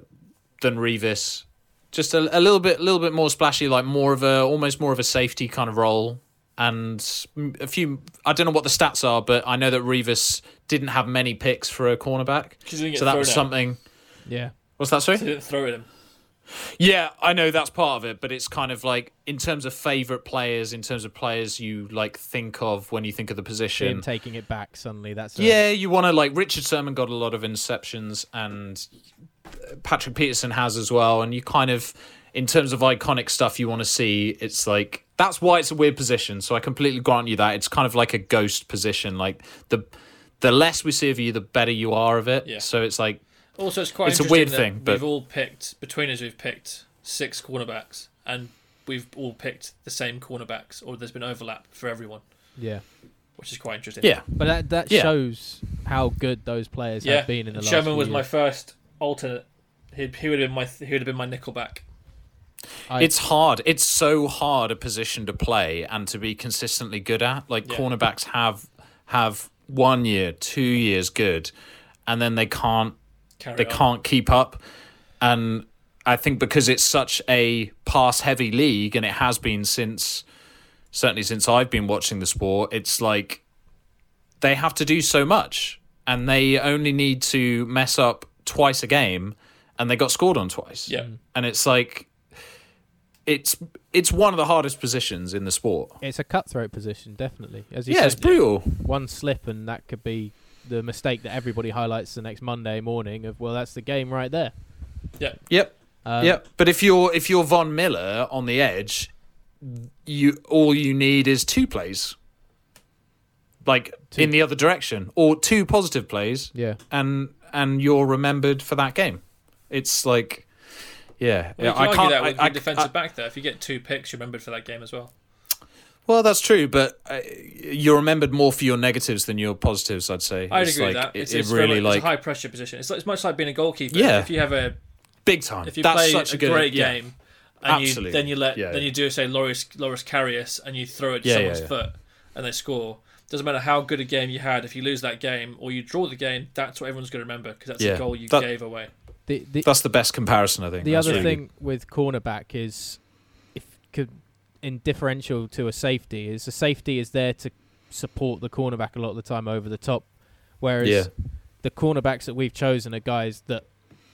Speaker 6: than Revis. Just a, a little bit, little bit more splashy, like more of a almost more of a safety kind of role. and mm, a few. I don't know what the stats are, but I know that Revis didn't have many picks for a cornerback.
Speaker 5: 'Cause he didn't get
Speaker 6: So that
Speaker 5: thrown
Speaker 6: was
Speaker 5: at.
Speaker 6: something.
Speaker 1: Yeah.
Speaker 6: What's that? Sorry.
Speaker 5: They didn't throw at him.
Speaker 6: Yeah, I know that's part of it, but it's kind of like in terms of favorite players, in terms of players you like think of when you think of the
Speaker 1: Him
Speaker 6: position.
Speaker 1: taking it back suddenly. That's a-
Speaker 6: Yeah, you want to like Richard Sherman got a lot of interceptions, and uh, Patrick Peterson has as well. And you kind of, in terms of iconic stuff, you want to see. It's like that's why it's a weird position. So I completely grant you that it's kind of like a ghost position. Like the the less we see of you, the better you are of it.
Speaker 5: Yeah.
Speaker 6: So it's like
Speaker 5: Also, it's quite
Speaker 6: It's a
Speaker 5: interesting
Speaker 6: weird
Speaker 5: that
Speaker 6: thing, but-
Speaker 5: we've all picked between us. We've picked six cornerbacks, and we've all picked the same cornerbacks, or there's been overlap for everyone,
Speaker 1: Yeah.
Speaker 5: which is quite interesting.
Speaker 6: yeah,
Speaker 1: But that that
Speaker 6: Yeah.
Speaker 1: shows how good those players
Speaker 5: yeah.
Speaker 1: have been in the last.
Speaker 5: Sherman
Speaker 1: few
Speaker 5: was my
Speaker 1: years.
Speaker 5: first alternate. He'd, he would have been my he would have been my nickelback.
Speaker 1: I-
Speaker 6: It's hard. It's so hard a position to play and to be consistently good at. Like
Speaker 5: Yeah.
Speaker 6: cornerbacks have have one year, two years good, and then they can't
Speaker 5: Carry
Speaker 6: they
Speaker 5: on.
Speaker 6: can't keep up. And I think because it's such a pass heavy league, and it has been since certainly since I've been watching the sport, it's like they have to do so much, and they only need to mess up twice a game, and they got scored on twice
Speaker 1: Mm.
Speaker 5: Yeah,
Speaker 6: and it's like it's it's one of the hardest positions in the sport.
Speaker 1: It's a cutthroat position, definitely. As you
Speaker 6: Yeah,
Speaker 1: say,
Speaker 6: it's brutal.
Speaker 1: one slip and that could be the mistake that everybody highlights the next Monday morning of well, that's the game right there.
Speaker 5: yeah.
Speaker 6: Yep.
Speaker 5: Uh,
Speaker 1: Um,
Speaker 6: yep. But if you're if you're Von Miller on the edge, you all you need is two plays. Like in the other direction or two positive plays
Speaker 1: Yeah.
Speaker 6: and and you're remembered for that game. It's like yeah,
Speaker 5: You
Speaker 6: yeah,
Speaker 5: can argue that
Speaker 6: I-
Speaker 5: with
Speaker 6: I- uh,
Speaker 5: your defensive
Speaker 6: I-
Speaker 5: back there. If you get two picks, you're remembered for that game as well.
Speaker 6: Well, that's true, but uh, you're remembered more for your negatives than your positives. I'd say.
Speaker 5: I'd
Speaker 6: It's
Speaker 5: agree with
Speaker 6: like-
Speaker 5: that.
Speaker 6: It,
Speaker 5: It's,
Speaker 6: it
Speaker 5: it's very
Speaker 6: really
Speaker 5: much-
Speaker 6: like
Speaker 5: it's a high pressure position. It's, like- it's much like being a goalkeeper.
Speaker 6: Yeah.
Speaker 5: If you have a
Speaker 6: big time.
Speaker 5: if you
Speaker 6: That's
Speaker 5: play
Speaker 6: such a,
Speaker 5: a,
Speaker 6: good
Speaker 5: great
Speaker 6: yeah.
Speaker 5: game and you,
Speaker 6: Absolutely.
Speaker 5: then you let
Speaker 6: Yeah,
Speaker 5: then
Speaker 6: yeah.
Speaker 5: you do say Loris Loris Carius and you throw it to
Speaker 6: Yeah, yeah,
Speaker 5: someone's
Speaker 6: yeah.
Speaker 5: foot and they score. Doesn't matter how good a game you had. If you lose that game or you draw the game, that's what everyone's going to remember because that's
Speaker 6: Yeah.
Speaker 5: the goal you
Speaker 6: That-
Speaker 5: gave away.
Speaker 1: The the,
Speaker 6: That's the best comparison, I think.
Speaker 1: the
Speaker 6: That's
Speaker 1: other
Speaker 6: really
Speaker 1: thing with cornerback is if could in differential to a safety is the safety is there to support the cornerback a lot of the time over the top, whereas
Speaker 6: Yeah.
Speaker 1: the cornerbacks that we've chosen are guys that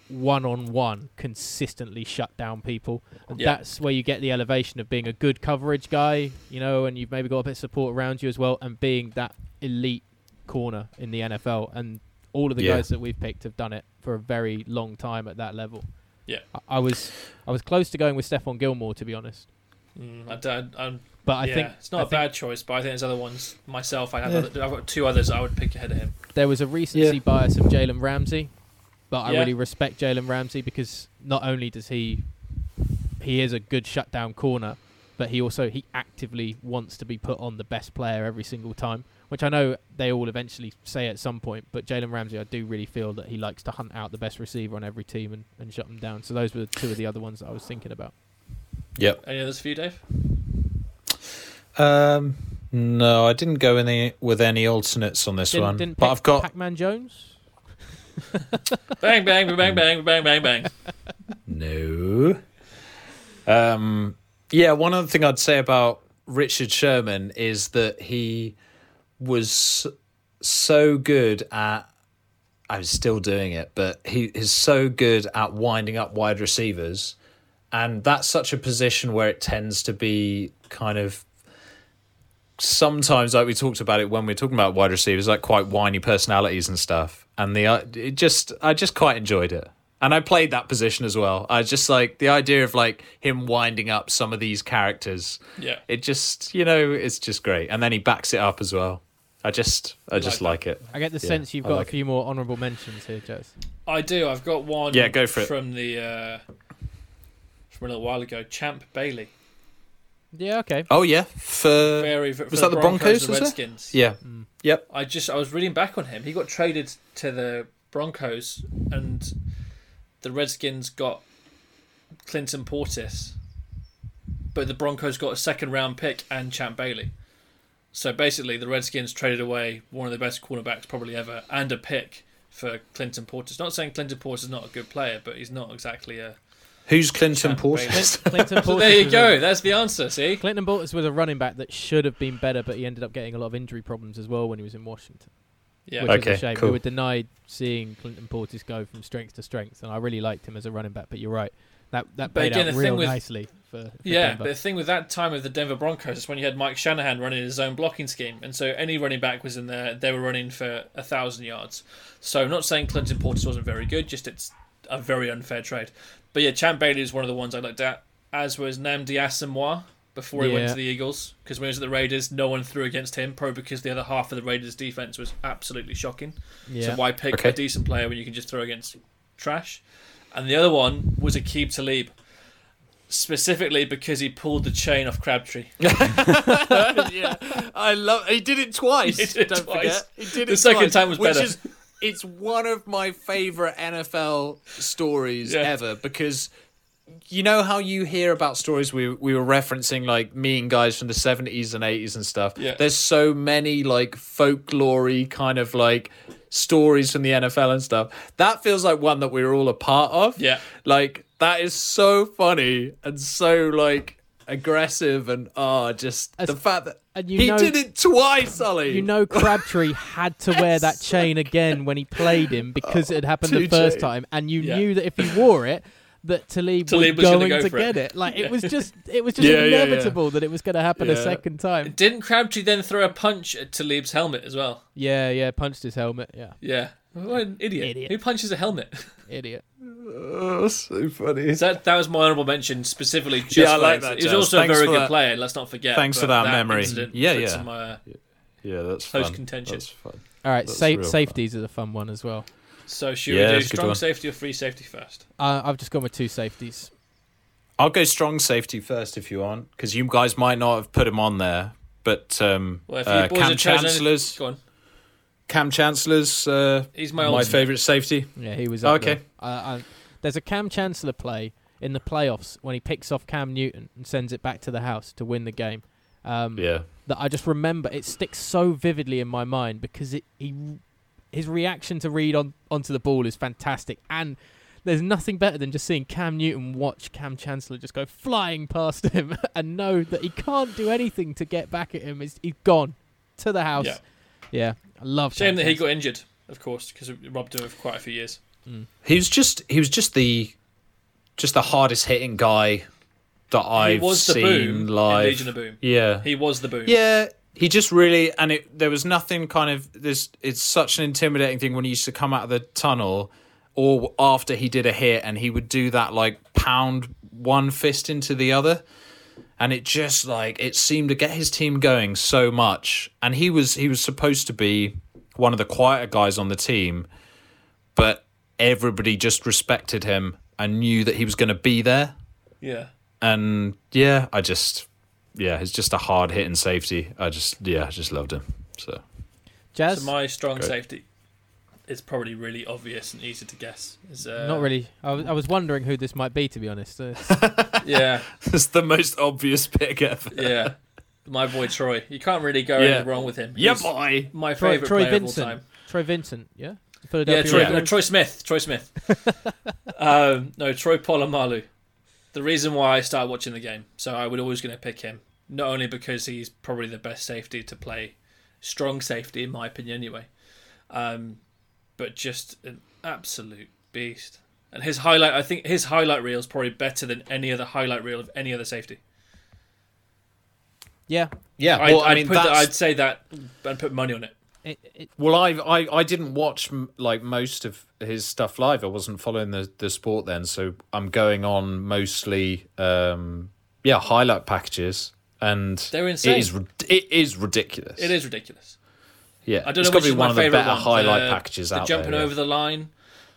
Speaker 1: one on one consistently shut down people, and
Speaker 5: Yeah.
Speaker 1: that's where you get the elevation of being a good coverage guy, you know, and you've maybe got a bit of support around you as well, and being that elite corner in the NFL, and all of the
Speaker 6: Yeah.
Speaker 1: guys that we've picked have done it for a very long time at that level.
Speaker 5: Yeah.
Speaker 1: I- I was I was close to going with Stefan Gilmore to be honest,
Speaker 5: Mm, I don't. I'm,
Speaker 1: but I
Speaker 5: yeah,
Speaker 1: think
Speaker 5: it's not a
Speaker 1: I think
Speaker 5: bad choice, but I think there's other ones. Myself, I have. Other, I've got two others I would pick ahead of him.
Speaker 1: there was a recency bias of Jalen Ramsey, but I
Speaker 5: Yeah.
Speaker 1: really respect Jalen Ramsey because not only does he he is a good shutdown corner, but he also he actively wants to be put on the best player every single time, which I know they all eventually say at some point. But Jalen Ramsey, I do really feel that he likes to hunt out the best receiver on every team and, and shut them down. So those were two of the other ones that I was thinking about.
Speaker 6: Yep.
Speaker 5: Any others for you, Dave?
Speaker 6: Um, no, I didn't go any with any alternates on this
Speaker 1: Didn't,
Speaker 6: one,
Speaker 1: didn't
Speaker 6: but
Speaker 1: Pac-
Speaker 6: I've got
Speaker 1: Pac-Man Jones.
Speaker 5: bang, bang, bang, bang, bang, bang, bang.
Speaker 6: no. Um, yeah, one other thing I'd say about Richard Sherman is that he was so good at. I was still doing it, but he is so good at winding up wide receivers, and that's such a position where it tends to be kind of sometimes like we talked about it when we are talking about wide receivers like quite whiny personalities and stuff and the uh, it just i just quite enjoyed it and i played that position as well i just like the idea of like him winding up some of these characters
Speaker 5: Yeah.
Speaker 6: it just you know it's just great and then he backs it up as well i just i just
Speaker 5: like
Speaker 6: like, it
Speaker 1: I get the
Speaker 6: Yeah,
Speaker 1: sense you've
Speaker 6: I
Speaker 1: got
Speaker 6: like
Speaker 1: a
Speaker 6: it.
Speaker 1: few more honourable mentions here, Jess.
Speaker 5: I do. I've got one.
Speaker 6: Yeah, go for it.
Speaker 5: From the uh, from a little while ago, Champ Bailey.
Speaker 1: Yeah, okay.
Speaker 6: oh yeah for
Speaker 5: Very, very
Speaker 6: was
Speaker 5: for
Speaker 6: that the
Speaker 5: Broncos,
Speaker 6: broncos,
Speaker 5: and
Speaker 6: was it?
Speaker 5: Redskins.
Speaker 6: yeah yep
Speaker 5: I just I was reading back on him. He got traded to the Broncos, and the Redskins got Clinton Portis, but the Broncos got a second round pick and Champ Bailey. So basically, the Redskins traded away one of the best cornerbacks probably ever and a pick for Clinton Portis. Not saying Clinton Portis is not a good player, but he's not exactly a
Speaker 6: Who's Clinton Porter?
Speaker 1: Clinton
Speaker 5: So there you go. That's the answer. See,
Speaker 1: Clinton Portis was a running back that should have been better, but he ended up getting a lot of injury problems as well when he was in Washington,
Speaker 5: yeah,
Speaker 1: which
Speaker 6: Okay,
Speaker 1: is a shame.
Speaker 6: cool.
Speaker 1: We were denied seeing Clinton Portis go from strength to strength, and I really liked him as a running back. But you're right, that that
Speaker 5: But
Speaker 1: played
Speaker 5: again,
Speaker 1: out
Speaker 5: the thing
Speaker 1: real
Speaker 5: with-
Speaker 1: nicely for, for
Speaker 5: yeah.
Speaker 1: Denver.
Speaker 5: But the thing with that time of the Denver Broncos is when you had Mike Shanahan running his own blocking scheme, and so any running back was in there. They were running for a thousand yards. So I'm not saying Clinton Portis wasn't very good. Just it's a very unfair trade. But yeah, Champ Bailey is one of the ones I looked at, as was Namdi Asamoah before he went
Speaker 1: Yeah.
Speaker 5: to the Eagles. Because when he was at the Raiders, no one threw against him, probably because the other half of the Raiders' defense was absolutely shocking.
Speaker 1: yeah.
Speaker 5: So why pick
Speaker 6: Okay.
Speaker 5: a decent player when you can just throw against trash? And the other one was Akib Talib, specifically because he pulled the chain off Crabtree.
Speaker 6: yeah, I love. He did it twice.
Speaker 5: He did it
Speaker 6: don't
Speaker 5: twice.
Speaker 6: forget. He did
Speaker 5: The
Speaker 6: it
Speaker 5: second
Speaker 6: twice,
Speaker 5: time was
Speaker 6: which
Speaker 5: better.
Speaker 6: Is, it's one of my favorite NFL stories
Speaker 5: Yeah.
Speaker 6: ever because you know how you hear about stories we we were referencing like me and guys from the seventies and eighties and stuff.
Speaker 5: Yeah.
Speaker 6: There's so many like folklory kind of like stories from the NFL and stuff. That feels like one that we were all a part of.
Speaker 5: Yeah.
Speaker 6: Like that is so funny and so like aggressive and ah just the fact that
Speaker 1: and you
Speaker 6: he
Speaker 1: know-
Speaker 6: did it twice, Ollie.
Speaker 1: You know Crabtree had to wear that chain again when he played him because it had happened the
Speaker 6: TJ.
Speaker 1: first time, and you
Speaker 5: Oh, Yeah.
Speaker 1: knew that if he wore it, that Talib,
Speaker 5: Talib
Speaker 1: was
Speaker 5: was
Speaker 1: going
Speaker 5: gonna go
Speaker 1: to
Speaker 5: for it.
Speaker 1: get it. Like it was just, it was just
Speaker 6: Yeah, yeah, yeah.
Speaker 1: inevitable that it was going to happen a
Speaker 6: Yeah.
Speaker 1: second time.
Speaker 5: Didn't Crabtree then throw a punch at Talib's helmet as well?
Speaker 1: Yeah, yeah, punched his helmet. Yeah,
Speaker 5: Yeah. What an idiot.
Speaker 1: Idiot.
Speaker 5: Who punches a helmet?
Speaker 1: idiot.
Speaker 6: oh, so funny.
Speaker 5: That that was my honorable mention specifically just
Speaker 6: Yeah, I
Speaker 5: for
Speaker 6: like
Speaker 5: that.
Speaker 6: that,
Speaker 5: He was
Speaker 6: Jazz.
Speaker 5: also
Speaker 6: Thanks
Speaker 5: a very
Speaker 6: for
Speaker 5: good
Speaker 6: that.
Speaker 5: player, let's not forget.
Speaker 6: Thanks
Speaker 5: but
Speaker 6: for that memory.
Speaker 5: incident
Speaker 6: Yeah,
Speaker 5: puts
Speaker 6: yeah.
Speaker 5: him, uh,
Speaker 6: Yeah, that's
Speaker 5: Close
Speaker 6: fun.
Speaker 5: contention.
Speaker 6: That's fun.
Speaker 1: All right,
Speaker 6: That's
Speaker 1: safe
Speaker 6: real
Speaker 1: safeties is a fun one as well.
Speaker 5: so should
Speaker 6: Yeah,
Speaker 5: we do
Speaker 6: that's a good
Speaker 5: strong
Speaker 6: one.
Speaker 5: safety or free safety first?
Speaker 1: Uh, I've just gone with two safeties.
Speaker 6: I'll go strong safety first if you want, because you guys might not have put him on there. But um,
Speaker 5: Well, if you
Speaker 6: uh,
Speaker 5: boys
Speaker 6: Cam
Speaker 5: had chosen-
Speaker 6: Chancellor's,
Speaker 5: Go on.
Speaker 6: Cam Chancellor's, uh,
Speaker 5: He's my
Speaker 6: my
Speaker 5: ultimate.
Speaker 6: favourite safety.
Speaker 1: Yeah, he was up
Speaker 6: Okay.
Speaker 1: there. I- I- there's a Cam Chancellor play in the playoffs when he picks off Cam Newton and sends it back to the house to win the game. Um,
Speaker 6: Yeah,
Speaker 1: that I just remember. It sticks so vividly in my mind because it he his reaction to Reed on onto the ball is fantastic, and there's nothing better than just seeing Cam Newton watch Cam Chancellor just go flying past him and know that he can't do anything to get back at him. It's, he's gone to the house.
Speaker 5: Yeah.
Speaker 1: Yeah, I love.
Speaker 5: Shame
Speaker 1: Cam
Speaker 5: that he
Speaker 1: Chancellor.
Speaker 5: got injured, of course, because it robbed him of quite a few years.
Speaker 6: he was just he was just the just the hardest hitting guy that
Speaker 5: He
Speaker 6: I've
Speaker 5: was the
Speaker 6: seen
Speaker 5: boom
Speaker 6: live.
Speaker 5: in Legion of Boom.
Speaker 6: Yeah,
Speaker 5: He was the boom.
Speaker 6: Yeah, he just really and it there was nothing kind of this. It's such an intimidating thing when he used to come out of the tunnel or after he did a hit and he would do that like pound one fist into the other and it just like it seemed to get his team going so much and he was he was supposed to be one of the quieter guys on the team but everybody just respected him and knew that he was going to be there
Speaker 5: Yeah.
Speaker 6: and yeah, I just yeah, he's just a hard hit and safety. I just yeah, I just loved him. So
Speaker 1: Jazz.
Speaker 5: So my strong
Speaker 6: Great.
Speaker 5: safety is probably really obvious and easy to guess. Is, uh,
Speaker 1: not really. I was, I was wondering who this might be, to be honest. Uh,
Speaker 5: Yeah,
Speaker 6: it's the most obvious pick ever.
Speaker 5: yeah. My boy Troy. You can't really go
Speaker 6: Yeah.
Speaker 5: anything wrong with him.
Speaker 6: Yeah,
Speaker 5: He's
Speaker 6: boy.
Speaker 5: my
Speaker 1: Troy,
Speaker 5: favorite
Speaker 1: Troy
Speaker 5: player of all
Speaker 1: Vincent.
Speaker 5: time.
Speaker 1: Troy Vincent. Yeah.
Speaker 5: Yeah,
Speaker 1: Philadelphia
Speaker 5: Troy,
Speaker 1: Eagles.
Speaker 5: no, Troy Smith. Troy Smith. um, no, Troy Polamalu. The reason why I started watching the game, so I would always going to pick him. Not only because he's probably the best safety to play, strong safety in my opinion, anyway. Um, but just an absolute beast. And his highlight, I think his highlight reel is probably better than any other highlight reel of any other safety.
Speaker 1: Yeah.
Speaker 6: Yeah,
Speaker 5: I'd,
Speaker 6: well, I
Speaker 5: I'd
Speaker 6: mean,
Speaker 5: put that,
Speaker 6: that's,
Speaker 5: I'd say that and put money on it.
Speaker 1: It, it,
Speaker 6: well, I, I I didn't watch m- like most of his stuff live. I wasn't following the the sport then, so I'm going on mostly um yeah highlight packages, and
Speaker 5: They're insane.
Speaker 6: It is rid- it is ridiculous.
Speaker 5: It is ridiculous.
Speaker 6: Yeah,
Speaker 5: I don't
Speaker 6: it's
Speaker 5: know
Speaker 6: got
Speaker 5: which
Speaker 6: to be
Speaker 5: is
Speaker 6: one
Speaker 5: my
Speaker 6: of the
Speaker 5: favorite
Speaker 6: better
Speaker 5: one.
Speaker 6: highlight
Speaker 5: the,
Speaker 6: packages
Speaker 5: the
Speaker 6: out
Speaker 5: jumping
Speaker 6: there. yeah.
Speaker 5: over the line,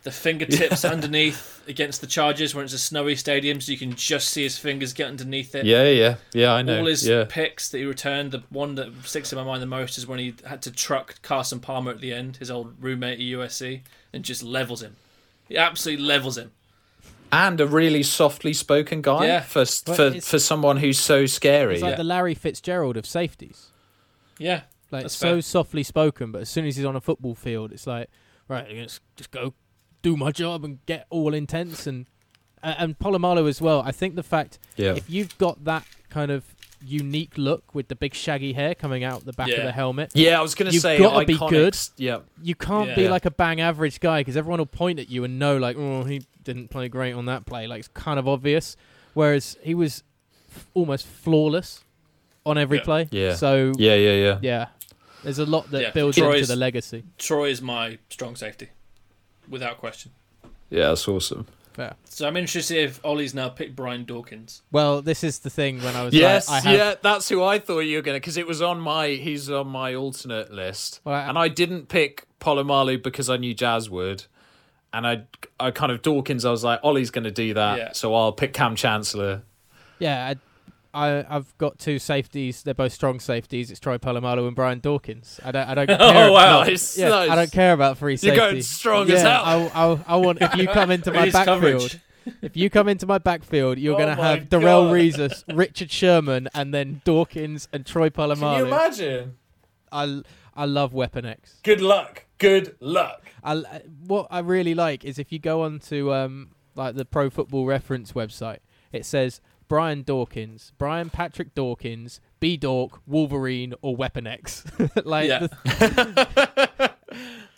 Speaker 5: the fingertips underneath against the Chargers when it's a snowy stadium, so you can just see his fingers get underneath it.
Speaker 6: yeah, yeah, yeah. I know.
Speaker 5: All his
Speaker 6: yeah.
Speaker 5: picks that he returned, the one that sticks in my mind the most is when he had to truck Carson Palmer at the end, his old roommate at USC, and just levels him. He absolutely levels him.
Speaker 6: and a really softly spoken guy
Speaker 5: Yeah.
Speaker 6: for
Speaker 1: But
Speaker 6: for,
Speaker 1: it's-
Speaker 6: for someone who's so scary.
Speaker 1: it's like
Speaker 5: Yeah.
Speaker 1: the Larry Fitzgerald of safeties.
Speaker 5: Yeah.
Speaker 1: Like
Speaker 5: That's
Speaker 1: so
Speaker 5: fair.
Speaker 1: softly spoken, but as soon as he's on a football field, it's like, right, I'm gonna s- just go do my job and get all intense and A- and Polamalu as well. I think the fact
Speaker 6: Yeah.
Speaker 1: if you've got that kind of unique look with the big shaggy hair coming out the back of
Speaker 5: Yeah.
Speaker 1: the helmet,
Speaker 6: Yeah, I was going to
Speaker 1: You've
Speaker 6: say
Speaker 1: gotta be
Speaker 6: iconic-
Speaker 1: good.
Speaker 6: Yeah.
Speaker 1: you can't
Speaker 5: Yeah.
Speaker 1: be
Speaker 5: Yeah.
Speaker 1: like a bang average guy because everyone will point at you and know like, oh, he didn't play great on that play. Like it's kind of obvious. Whereas he was f- almost flawless on every
Speaker 5: Yeah.
Speaker 1: play.
Speaker 6: Yeah.
Speaker 1: So yeah.
Speaker 6: Yeah, yeah, yeah.
Speaker 1: There's a lot that
Speaker 5: Yeah.
Speaker 1: builds into
Speaker 5: Troy's-
Speaker 1: the legacy.
Speaker 5: Troy is my strong safety, without question.
Speaker 6: Yeah, that's awesome.
Speaker 1: Fair.
Speaker 5: So I'm interested if Ollie's now picked Brian Dawkins.
Speaker 1: Well, this is the thing when I was
Speaker 6: Yes,
Speaker 1: like, I have
Speaker 6: yeah, that's who I thought you were going to because it was on my he's on my alternate list.
Speaker 1: Well, I-
Speaker 6: and I didn't pick Palomalu because I knew Jazz would. And I I kind of Dawkins I was like Ollie's going to do that,
Speaker 5: Yeah.
Speaker 6: so I'll pick Cam Chancellor.
Speaker 1: Yeah, I, I I've got two safeties. They're both strong safeties. It's Troy Polamalu and Brian Dawkins. I don't I don't care.
Speaker 6: Oh, wow. Nice,
Speaker 1: yeah,
Speaker 6: nice.
Speaker 1: I don't care about free
Speaker 6: You're
Speaker 1: safety.
Speaker 6: going strong as hell.
Speaker 1: I, I, I want if you come into my
Speaker 5: His coverage.
Speaker 1: backfield. If you come into my backfield, you're
Speaker 5: Oh
Speaker 1: going to
Speaker 5: my
Speaker 1: have Darrell
Speaker 5: God.
Speaker 1: Reeses, Richard Sherman, and then Dawkins and Troy Polamalu.
Speaker 6: imagine?
Speaker 1: I, I love Weapon X.
Speaker 6: Good luck. Good luck.
Speaker 1: I l- what I really like is if you go on to um, like the Pro Football Reference website, it says Brian Dawkins, Brian Patrick Dawkins, B Dork, Wolverine, or Weapon X. like
Speaker 5: Yeah.
Speaker 1: the-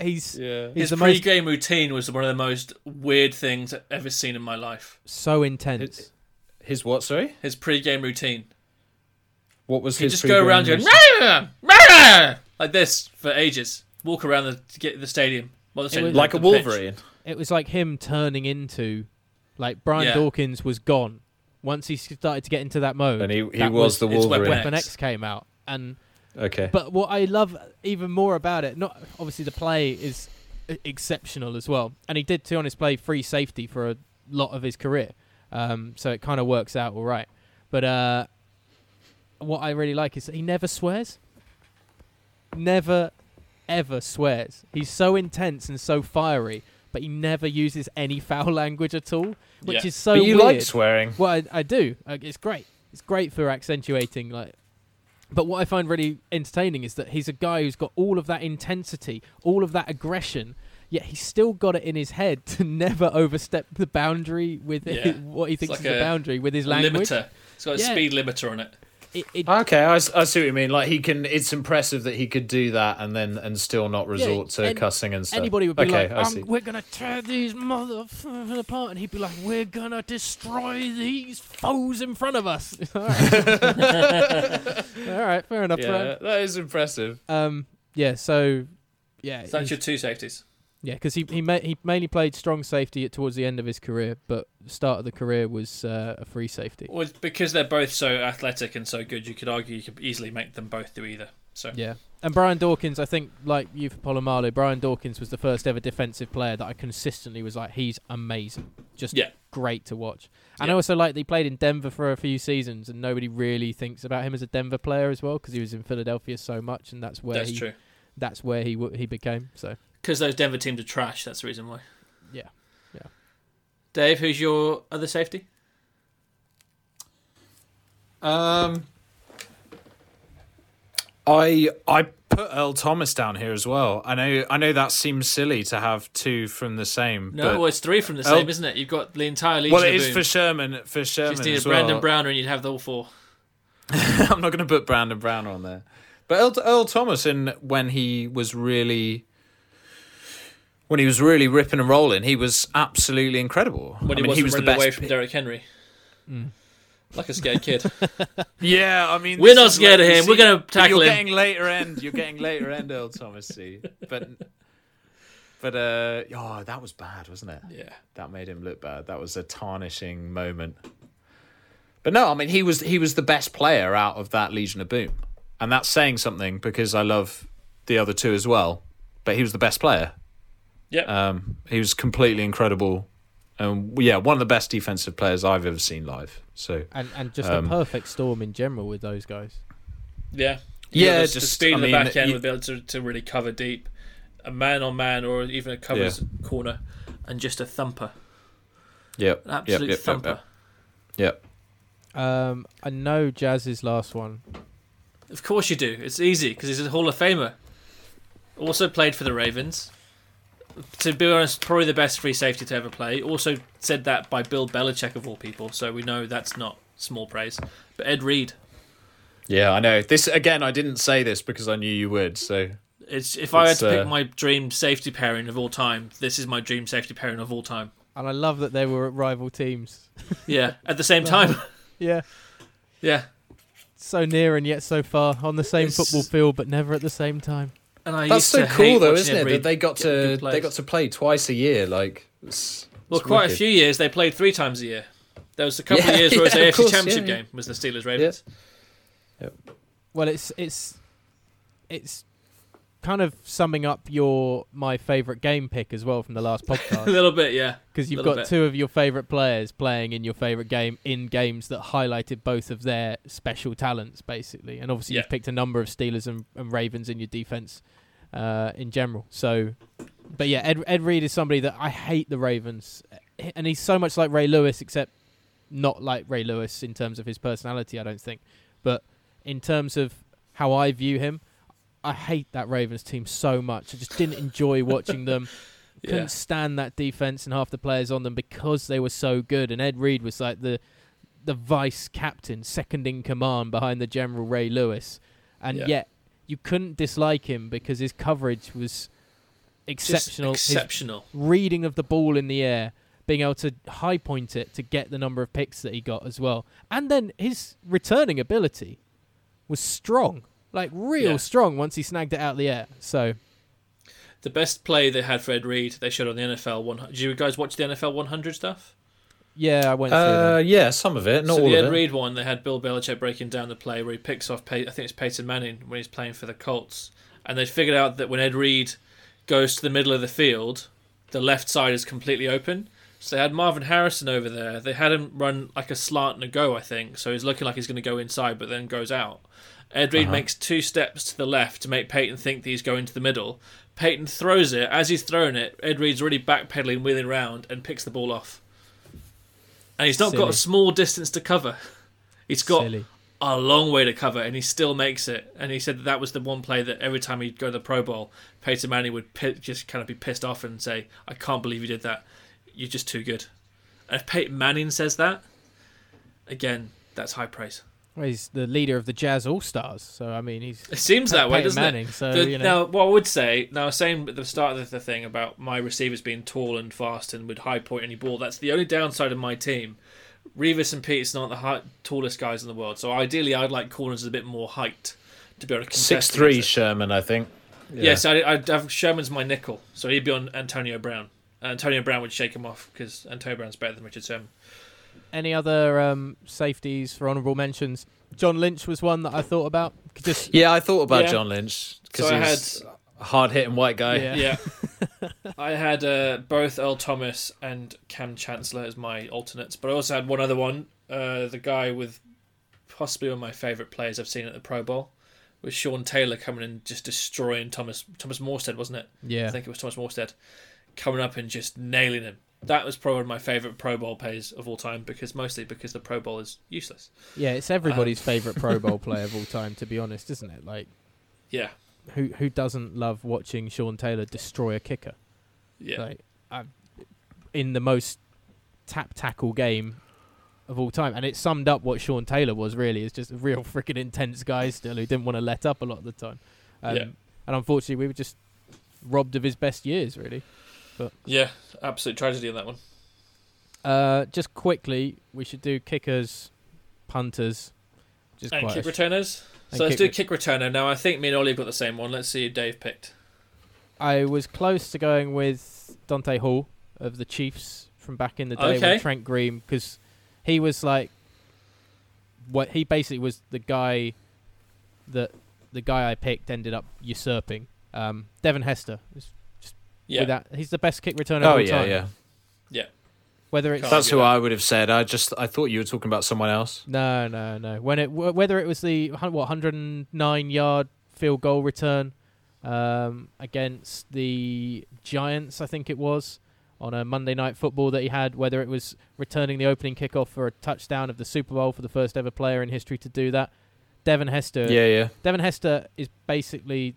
Speaker 1: he's he's
Speaker 5: His
Speaker 1: the most
Speaker 5: pre-game routine was one of the most weird things I've ever seen in my life.
Speaker 1: so intense.
Speaker 6: It's- His what? Sorry,
Speaker 5: His pre-game routine.
Speaker 6: what was
Speaker 5: You
Speaker 6: his?
Speaker 5: just go around going
Speaker 6: pre-game
Speaker 5: "Rah, rah," like this for ages. Walk around the to get the stadium. Well, the stadium
Speaker 1: was-
Speaker 6: like a
Speaker 5: the pitch.
Speaker 6: Wolverine?
Speaker 1: it was like him turning into like Brian
Speaker 5: Yeah.
Speaker 1: Dawkins was gone once he started to get into that mode,
Speaker 6: And he he
Speaker 1: that
Speaker 6: was, the
Speaker 5: it's
Speaker 6: Wolverine.
Speaker 1: Weapon
Speaker 5: X.
Speaker 1: X came out and.
Speaker 6: Okay,
Speaker 1: But what I love even more about it, not obviously the play is e- exceptional as well, and he did, to be honest, play free safety for a lot of his career, um, so it kind of works out all right. But uh, what I really like is that he never swears, never ever swears. He's so intense and so fiery, but he never uses any foul language at all, which
Speaker 5: Yeah.
Speaker 1: is so.
Speaker 6: but you
Speaker 1: weird.
Speaker 6: like swearing.
Speaker 1: Well, I, I do. Like, It's great. It's great for accentuating. Like, but what I find really entertaining is that he's a guy who's got all of that intensity, all of that aggression, yet he's still got it in his head to never overstep the boundary with
Speaker 5: Yeah.
Speaker 1: what he thinks
Speaker 5: like
Speaker 1: is a,
Speaker 5: a-
Speaker 1: boundary with his
Speaker 5: A
Speaker 1: language.
Speaker 5: limiter. It's got a
Speaker 1: Yeah.
Speaker 5: speed limiter on it.
Speaker 1: It, it,
Speaker 6: Okay, I, s- I see what you mean. Like he can, it's impressive that he could do that and then and still not resort
Speaker 1: Yeah,
Speaker 6: to
Speaker 1: and
Speaker 6: cussing
Speaker 5: Oh,
Speaker 6: and stuff.
Speaker 1: Anybody would be
Speaker 6: okay,
Speaker 1: like,
Speaker 6: I see.
Speaker 1: "Um, "We're gonna tear these motherfuckers apart," and he'd be like, "We're gonna destroy these foes in front of us." All right, All right, fair enough. Fair
Speaker 6: yeah, that is impressive.
Speaker 1: Um, yeah, so yeah,
Speaker 5: So
Speaker 1: he's-
Speaker 5: that's your two safeties.
Speaker 1: yeah, because he he, ma- he mainly played strong safety at, towards the end of his career, but the start of the career was uh, a free safety.
Speaker 5: Well, because they're both so athletic and so good, you could argue you could easily make them both do either. So
Speaker 1: Yeah, and Brian Dawkins, I think, like you for Polamalu, Brian Dawkins was the first ever defensive player that I consistently was like, he's amazing, just
Speaker 5: Yeah.
Speaker 1: great to watch. And I
Speaker 5: Yeah.
Speaker 1: also like that he played in Denver for a few seasons, and nobody really thinks about him as a Denver player as well because he was in Philadelphia so much, and that's where
Speaker 5: that's
Speaker 1: he
Speaker 5: true.
Speaker 1: that's where he w- he became. So
Speaker 5: Because those Denver teams are trash. That's the reason why.
Speaker 1: Yeah. Yeah.
Speaker 5: Dave, who's your other safety?
Speaker 6: Um, I I put Earl Thomas down here as well. I know I know that seems silly to have two from the same.
Speaker 5: No,
Speaker 6: but,
Speaker 5: well, it's three from the
Speaker 6: Oh.
Speaker 5: same, isn't it? You've got the entire legion.
Speaker 6: well, it
Speaker 5: of
Speaker 6: is
Speaker 5: Boom.
Speaker 6: for Sherman for Sherman
Speaker 5: Just need a
Speaker 6: as
Speaker 5: Brandon
Speaker 6: well.
Speaker 5: Browner, and you'd have the all four.
Speaker 6: I'm not going to put Brandon Brown on there. But Earl, Earl Thomas, in when he was really, when he was really ripping and rolling, he was absolutely incredible.
Speaker 5: When
Speaker 6: I
Speaker 5: he
Speaker 6: mean,
Speaker 5: wasn't
Speaker 6: he was the
Speaker 5: running
Speaker 6: best. Mm.
Speaker 5: away from Derrick Henry, like a scared kid.
Speaker 6: yeah, I mean,
Speaker 5: We're
Speaker 6: this
Speaker 5: not
Speaker 6: is
Speaker 5: scared
Speaker 6: like-
Speaker 5: of
Speaker 6: you
Speaker 5: him. We're gonna
Speaker 6: but
Speaker 5: tackle
Speaker 6: You're
Speaker 5: him.
Speaker 6: getting later end. You're getting later end, Earl Thomas. See, but but uh, oh, that was bad, wasn't it?
Speaker 5: yeah,
Speaker 6: that made him look bad. That was a tarnishing moment. But no, I mean he was he was the best player out of that Legion of Boom, and that's saying something because I love the other two as well. But he was the best player.
Speaker 5: Yep.
Speaker 6: Um, he was completely incredible, and yeah, one of the best defensive players I've ever seen live. So
Speaker 1: and and just
Speaker 6: Um,
Speaker 1: a perfect storm in general with those guys.
Speaker 5: yeah,
Speaker 6: Yeah,
Speaker 5: You know, the, the
Speaker 6: just-
Speaker 5: speed
Speaker 6: I
Speaker 5: in the
Speaker 6: mean,
Speaker 5: back end
Speaker 6: you-
Speaker 5: would be able to, to really cover deep, a man on man, or even a covers corner, and just a thumper,
Speaker 6: yeah,
Speaker 5: an absolute thumper.
Speaker 6: yeah,
Speaker 1: Um, I know Jazz's last one.
Speaker 5: Of course you do. It's easy because he's a Hall of Famer. Also played for the Ravens. to be honest, probably the best free safety to ever play. Also said that by Bill Belichick of all people, so we know that's not small praise. But Ed Reed,
Speaker 6: Yeah, I know. This again, I didn't say this because I knew you would. So
Speaker 5: it's if I had
Speaker 6: It's,
Speaker 5: to
Speaker 6: uh,
Speaker 5: pick my dream safety pairing of all time, this is my dream safety pairing of all time.
Speaker 1: And I love that they were at rival teams.
Speaker 5: Yeah, at the same time.
Speaker 1: Yeah.
Speaker 5: yeah,
Speaker 1: So near and yet so far on the same
Speaker 5: It's-
Speaker 1: football field, but never at the same time.
Speaker 5: and I
Speaker 6: that's
Speaker 5: used to
Speaker 6: so cool,
Speaker 5: hate
Speaker 6: though,
Speaker 5: watching
Speaker 6: isn't
Speaker 5: Ed
Speaker 6: it?
Speaker 5: Reed
Speaker 6: That they got
Speaker 5: get good
Speaker 6: to
Speaker 5: plays.
Speaker 6: they got to play twice a year. Like, it's,
Speaker 5: Well,
Speaker 6: it's
Speaker 5: quite a
Speaker 6: wicked.
Speaker 5: few years they played three times a year. There was a couple
Speaker 6: Yeah,
Speaker 5: of years where it was
Speaker 6: yeah,
Speaker 5: the
Speaker 6: of
Speaker 5: AFC
Speaker 6: course,
Speaker 5: Championship
Speaker 6: yeah, yeah.
Speaker 5: game was the Steelers Ravens.
Speaker 1: Well, it's it's it's kind of summing up your my favorite game pick as well from the last
Speaker 5: A
Speaker 1: podcast
Speaker 5: little bit, yeah.
Speaker 1: because you've
Speaker 5: little
Speaker 1: got
Speaker 5: bit.
Speaker 1: two of your favorite players playing in your favorite game in games that highlighted both of their special talents basically, and obviously
Speaker 5: Yeah.
Speaker 1: you've picked a number of Steelers and, and Ravens in your defense uh, in general. So, but yeah, Ed Ed Reed is somebody that I hate the Ravens, and he's so much like Ray Lewis except not like Ray Lewis in terms of his personality, I don't think. But in terms of how I view him, I hate that Ravens team so much. I just didn't enjoy watching them. Couldn't
Speaker 5: Yeah.
Speaker 1: stand that defense and half the players on them because they were so good. And Ed Reed was like the the vice captain, second in command behind the general Ray Lewis. And
Speaker 5: Yeah.
Speaker 1: yet you couldn't dislike him because his coverage was
Speaker 5: Just
Speaker 1: exceptional. His
Speaker 5: Exceptional.
Speaker 1: reading of the ball in the air, being able to high point it to get the number of picks that he got as well. And then his returning ability was strong, like real
Speaker 5: Yeah.
Speaker 1: strong once he snagged it out of the air. So
Speaker 5: The best play they had for Ed Reed, they showed on the NFL 100. Did you guys watch the NFL 100 stuff?
Speaker 1: yeah, I went through
Speaker 6: Uh,
Speaker 1: that.
Speaker 6: yeah, some of it, not
Speaker 5: so
Speaker 6: all
Speaker 5: the Ed
Speaker 6: of it.
Speaker 5: Reed one, they had Bill Belichick breaking down the play where he picks off, Pey- I think it's Peyton Manning when he's playing for the Colts, and they figured out that when Ed Reed goes to the middle of the field, the left side is completely open. So they had Marvin Harrison over there. They had him run like a slant and a go, I think. So he's looking like he's going to go inside, but then goes out. Ed
Speaker 1: Uh-huh.
Speaker 5: Reed makes two steps to the left to make Peyton think that he's going to the middle. Peyton throws it. As he's thrown it, Ed Reed's already backpedaling, wheeling around, and picks the ball off. And he's not got
Speaker 1: Silly.
Speaker 5: a small distance to cover. He's got
Speaker 1: Silly.
Speaker 5: a long way to cover, and he still makes it. And he said that, that was the one play that every time he'd go to the Pro Bowl, Peyton Manning would pi- just kind of be pissed off and say, "I can't believe you did that. You're just too good." And if Peyton Manning says that, again, that's high praise.
Speaker 1: Well, he's the leader of the Jazz All Stars, so I mean he's
Speaker 5: It seems that way,
Speaker 1: Peyton
Speaker 5: doesn't
Speaker 1: Manning,
Speaker 5: it?
Speaker 1: so,
Speaker 5: The-
Speaker 1: you know.
Speaker 5: Now, what I would say, now I was saying at the start of the thing about my receivers being tall and fast and would high point any ball. That's the only downside of my team. Revis and Peterson aren't the high, tallest guys in the world, so ideally I'd like corners with a bit more height to be able to contest.
Speaker 6: Six three
Speaker 5: against it.
Speaker 6: Sherman, I think.
Speaker 5: Yes, I, I'd have Sherman's my nickel, so he'd be on Antonio Brown. Antonio Brown would shake him off because Antonio Brown's better than Richard Sherman.
Speaker 1: any other um, safeties for honourable mentions. John Lynch was one that I thought about. Just
Speaker 6: Yeah, I thought about
Speaker 5: Yeah.
Speaker 6: John Lynch because
Speaker 5: So I
Speaker 6: he's a hard hitting white guy.
Speaker 1: Yeah.
Speaker 5: Yeah. I had uh, both Earl Thomas and Cam Chancellor as my alternates, but I also had one other one. Uh, the guy with possibly one of my favourite players I've seen at the Pro Bowl was Sean Taylor coming and just destroying Thomas Thomas Morstead, wasn't it?
Speaker 1: Yeah.
Speaker 5: I think it was Thomas Morstead coming up and just nailing him. That was probably one of my favourite Pro Bowl plays of all time because mostly because the Pro Bowl is useless.
Speaker 1: yeah, it's everybody's
Speaker 5: Um,
Speaker 1: favourite Pro Bowl player of all time, to be honest, isn't it? Like
Speaker 5: Yeah.
Speaker 1: who who doesn't love watching Sean Taylor destroy a kicker?
Speaker 5: Yeah.
Speaker 1: like i in the most tap tackle game of all time, and it summed up what Sean Taylor was really. It's just a real freaking intense guy still who didn't want to let up a lot of the time. Um,
Speaker 5: Yeah.
Speaker 1: And unfortunately, we were just robbed of his best years really.
Speaker 5: Yeah. Absolute tragedy in that one.
Speaker 1: Uh, just quickly, we should do kickers, punters, just
Speaker 5: And
Speaker 1: quite.
Speaker 5: kick
Speaker 1: a-
Speaker 5: returners.
Speaker 1: And
Speaker 5: so let's
Speaker 1: kick
Speaker 5: do kick returner. Now I think me and Ollie have got the same one. Let's see who Dave picked.
Speaker 1: I was close to going with Dante Hall of the Chiefs from back in the day
Speaker 5: Okay.
Speaker 1: with Trent Green because he was like what he basically was the guy that the guy I picked ended up usurping. Um, Devin Hester is
Speaker 5: Yeah.
Speaker 1: without, he's the best kick returner of
Speaker 6: Oh
Speaker 1: all
Speaker 6: yeah,
Speaker 1: time.
Speaker 6: yeah.
Speaker 5: Yeah.
Speaker 1: Whether it's
Speaker 6: That's
Speaker 5: Can't do
Speaker 6: who I would have said. I just I thought you were talking about someone else.
Speaker 1: no, no, no. When it wh- whether it was the hun- what 109 yard field goal return um, against the Giants, I think it was on a Monday night football that he had. Whether it was returning the opening kickoff for a touchdown of the Super Bowl for the first ever player in history to do that, Devin Hester.
Speaker 6: Yeah, yeah.
Speaker 1: Devin Hester is basically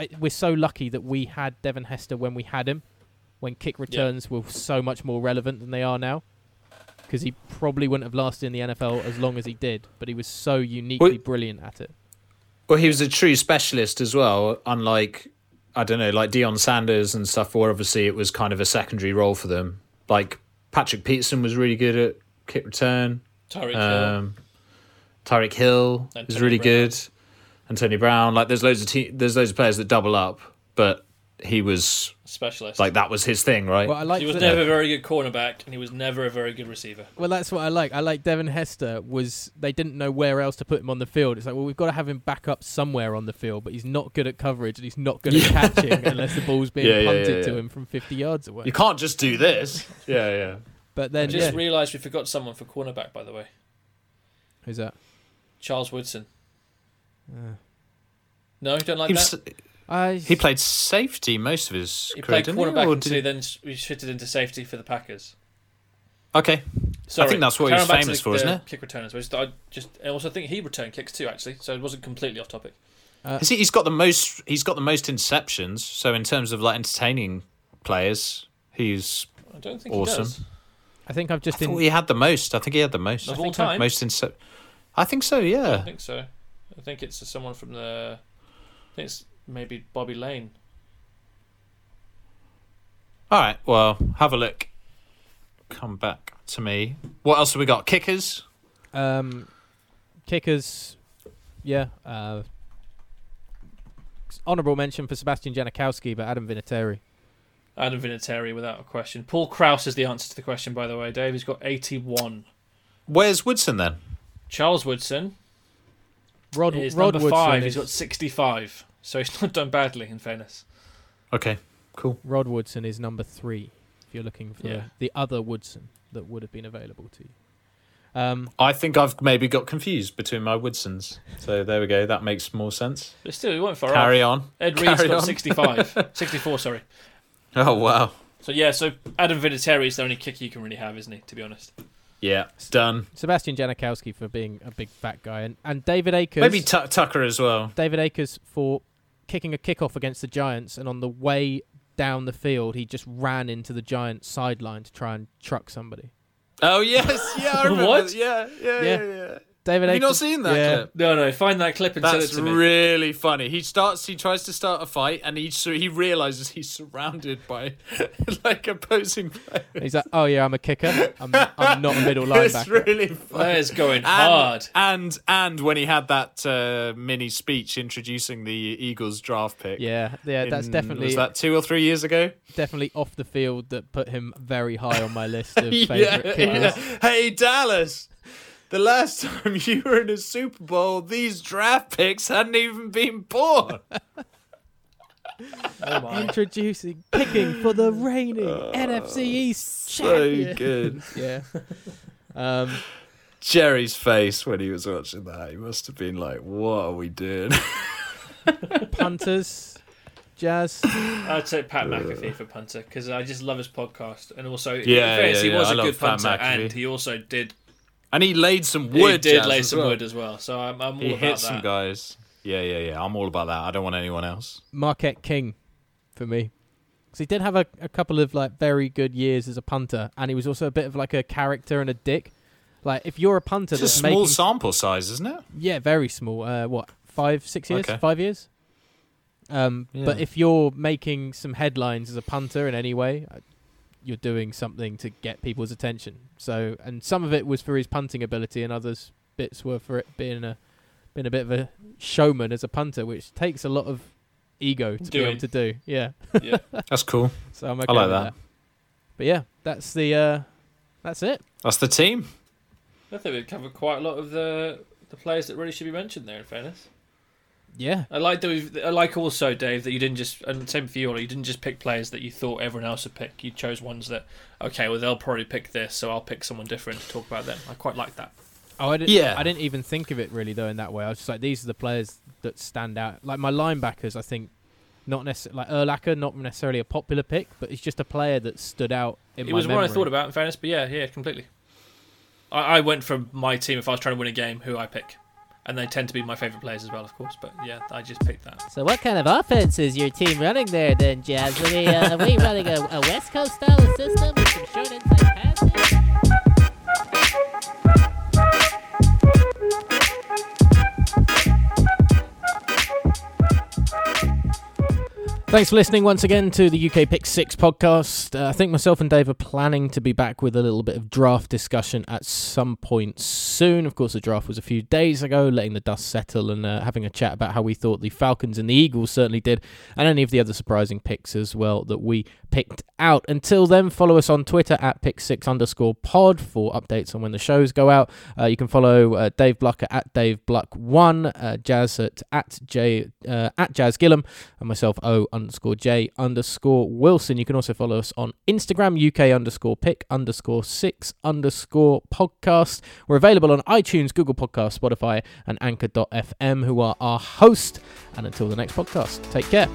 Speaker 1: uh, we're so lucky that we had Devon Hester when we had him, when kick returns were so much more relevant than they are now, because he probably wouldn't have lasted in the NFL as long as he did, but he was so uniquely brilliant at it.
Speaker 6: Well, he was a true specialist as well, unlike I don't know, like Dion Sanders and stuff. Where obviously it was kind of a secondary role for them. Like Patrick Peterson was really good at kick return.
Speaker 5: Tyreek Hill.
Speaker 6: Um, Tyreek Hill
Speaker 5: And
Speaker 6: is
Speaker 5: Tony
Speaker 6: really
Speaker 5: Brown.
Speaker 6: good, and Tony Brown. Like there's loads of te- there's loads of players that double up, but he was
Speaker 5: specialist.
Speaker 6: like that was his thing, right?
Speaker 1: Well, I like
Speaker 5: he was
Speaker 1: that-
Speaker 5: never a very good cornerback, and he was never a very good receiver.
Speaker 1: Well, that's what I like. I like Devon Hester was they didn't know where else to put him on the field. It's like, well, we've got to have him back up somewhere on the field, but he's not good at coverage and he's not good at catching unless the ball's being
Speaker 6: Yeah, yeah,
Speaker 1: punted
Speaker 6: yeah,
Speaker 1: to
Speaker 6: yeah.
Speaker 1: him from 50 yards away.
Speaker 6: you can't just do this. yeah, yeah.
Speaker 1: but then,
Speaker 5: Just
Speaker 1: yeah.
Speaker 5: realised we forgot someone for cornerback, by the way.
Speaker 1: who's that?
Speaker 5: Charles Woodson. No, you don't like
Speaker 6: He,
Speaker 5: that.
Speaker 6: was,
Speaker 1: I
Speaker 6: he played safety most of his
Speaker 5: He
Speaker 6: career.
Speaker 5: played
Speaker 6: didn't
Speaker 5: cornerback
Speaker 6: Or
Speaker 5: and
Speaker 6: did
Speaker 5: two,
Speaker 6: he-
Speaker 5: then s- he shifted into safety for the Packers.
Speaker 6: Okay,
Speaker 5: Sorry,
Speaker 6: think that's what he was
Speaker 5: carrying back to
Speaker 6: famous
Speaker 5: the-
Speaker 6: for, isn't
Speaker 5: the
Speaker 6: it?
Speaker 5: Kick returners. Which I just and also think he returned kicks too, actually. So it wasn't completely off topic.
Speaker 6: Has he, he's got the most. He's got the most interceptions. So in terms of like entertaining players, he's.
Speaker 5: I don't think
Speaker 6: Awesome.
Speaker 5: he does.
Speaker 1: I think I've
Speaker 6: I
Speaker 1: just
Speaker 6: thought
Speaker 1: in,
Speaker 6: he had the most. I think he had the most.
Speaker 5: Of all time?
Speaker 6: most intercept. I think so.
Speaker 5: I
Speaker 6: Yeah.
Speaker 5: think so. I think it's someone from the. I think it's maybe Bobby Lane.
Speaker 6: All right. Well, have a look. Come back to me. What else have we got? Kickers.
Speaker 1: um, kickers. Yeah. Uh, honorable mention for Sebastian Janikowski, but Adam Vinatieri.
Speaker 5: Adam Vinatieri, without a question. Paul Kraus is the answer to the question, by the way. Dave, he's got 81.
Speaker 6: Where's Woodson then?
Speaker 5: Charles Woodson
Speaker 1: Rod,
Speaker 5: is
Speaker 1: Rod
Speaker 5: number
Speaker 1: Woodson
Speaker 5: five.
Speaker 1: is
Speaker 5: He's got 65. So he's not done badly, in fairness.
Speaker 6: Okay. Cool.
Speaker 1: Rod Woodson is number three. If you're looking for
Speaker 5: Yeah.
Speaker 1: the other Woodson that would have been available to you, um,
Speaker 6: I think I've maybe got confused between my Woodsons. So there we go. That makes more sense.
Speaker 5: But still, he went far off.
Speaker 6: Carry on.
Speaker 5: Ed
Speaker 6: Carry
Speaker 5: Reed's got
Speaker 6: on.
Speaker 5: 65. 64, sorry.
Speaker 6: Oh wow.
Speaker 5: So yeah, so Adam Vinatieri is the only kicker you can really have, isn't he, to be honest?
Speaker 6: Yeah. Done.
Speaker 1: Sebastian Janikowski for being a big fat guy, and, and David Akers.
Speaker 6: Maybe Tuck Tucker as well.
Speaker 1: David Akers for kicking a kickoff against the Giants, and on the way down the field, he just ran into the Giants sideline to try and truck somebody.
Speaker 6: Oh yes, yeah, I remember.
Speaker 5: What?
Speaker 6: Yeah,
Speaker 1: Yeah.
Speaker 6: yeah, yeah, yeah.
Speaker 1: David
Speaker 6: Have you
Speaker 1: Akers.
Speaker 6: not seen that
Speaker 1: yeah.
Speaker 6: clip?
Speaker 5: No, no, find that clip and
Speaker 6: That's
Speaker 5: send it to me.
Speaker 6: really funny. He starts. He tries to start a fight, and he so he realizes he's surrounded by like opposing players.
Speaker 1: He's like, oh yeah, I'm a kicker. I'm, I'm not a middle
Speaker 6: It's
Speaker 1: linebacker.
Speaker 6: really funny.
Speaker 5: that is going
Speaker 6: And,
Speaker 5: hard.
Speaker 6: and and when he had that uh, mini speech introducing the Eagles draft pick.
Speaker 1: Yeah, yeah, that's
Speaker 6: in-
Speaker 1: definitely
Speaker 6: was that two or three years ago.
Speaker 1: definitely off the field that put him very high on my list of favorite
Speaker 6: yeah,
Speaker 1: kickers.
Speaker 6: yeah. Hey Dallas, the last time you were in a Super Bowl, these draft picks hadn't even been born.
Speaker 5: Oh my.
Speaker 1: Introducing kicking for the reigning NFC East champion.
Speaker 6: Uh, good.
Speaker 1: Yeah. Um,
Speaker 6: Jerry's face when he was watching that, he must have been like, "What are we doing?"
Speaker 1: punters, Jazz.
Speaker 5: I'd say Pat McAfee for punter because I just love his podcast and also in
Speaker 6: Yeah,
Speaker 5: fairness,
Speaker 6: yeah,
Speaker 5: he was
Speaker 6: yeah,
Speaker 5: a
Speaker 6: I
Speaker 5: good
Speaker 6: love Pat
Speaker 5: punter and
Speaker 6: McAfee.
Speaker 5: he also did
Speaker 6: and he laid some
Speaker 5: he
Speaker 6: wood.
Speaker 5: did
Speaker 6: Jazz,
Speaker 5: lay
Speaker 6: as
Speaker 5: some
Speaker 6: well.
Speaker 5: wood as well. So I'm, I'm all
Speaker 6: He
Speaker 5: about
Speaker 6: hit
Speaker 5: that.
Speaker 6: some guys. Yeah, yeah, yeah. I'm all about that. I don't want anyone else.
Speaker 1: Marquette King for me. Because he did have a, a couple of like very good years as a punter, and he was also a bit of like a character and a dick. Like if you're a punter,
Speaker 6: It's a
Speaker 1: that's
Speaker 6: small
Speaker 1: making,
Speaker 6: sample size, isn't it?
Speaker 1: yeah, very small. Uh, what five, six years,
Speaker 6: Okay.
Speaker 1: five years. Um, but
Speaker 6: Yeah.
Speaker 1: if you're making some headlines as a punter in any way, uh, you're doing something to get people's attention. So, and some of it was for his punting ability, and others bits were for it being a being a bit of a showman as a punter, which takes a lot of ego to be
Speaker 5: Doing.
Speaker 1: able to do. Yeah.
Speaker 6: That's cool.
Speaker 1: So I'm okay
Speaker 6: like
Speaker 1: with
Speaker 6: that.
Speaker 1: that. But yeah, that's the uh that's it.
Speaker 6: That's the team.
Speaker 5: I think we've covered quite a lot of the the players that really should be mentioned there. In fairness,
Speaker 1: Yeah.
Speaker 5: I like that. We've, I like also Dave that you didn't just and same for you, Ollie. You didn't just pick players that you thought everyone else would pick. You chose ones that okay, well they'll probably pick this, so I'll pick someone different to talk about them. I quite like that.
Speaker 1: Oh, I didn't.
Speaker 6: Yeah.
Speaker 1: I didn't even think of it really though in that way. I was just like, these are the players that stand out. Like my linebackers, I think, not necessarily like Erlacher, not necessarily a popular pick, but it's just a player that stood out in
Speaker 5: It
Speaker 1: my
Speaker 5: was
Speaker 1: memory.
Speaker 5: one I thought about. In fairness, but yeah, yeah, completely. I, I went from my team if I was trying to win a game, who I pick. and they tend to be my favourite players as well, of course. But yeah, I just picked that.
Speaker 7: So what kind of offense is your team running there then, Jazz? Are we, uh, are we running a, a West Coast style system with some short inside passes?
Speaker 1: Thanks for listening once again to the UK Pick Six podcast. Uh, I think myself and Dave are planning to be back with a little bit of draft discussion at some point soon. Of course, the draft was a few days ago, letting the dust settle and uh, having a chat about how we thought the Falcons and the Eagles certainly did, and any of the other surprising picks as well that we picked out. Until then, follow us on Twitter at Pick Six underscore Pod for updates on when the shows go out. Uh, you can follow uh, Dave Blucker at Dave Bluck One, uh, Jazz at at J uh, at Jazz Gillum, and myself O underscore J underscore Wilson. You can also follow us on Instagram UK underscore Pick underscore Six underscore Podcast. We're available on iTunes, Google Podcast, Spotify, and Anchor.fm, who are our host. And until the next podcast, take care.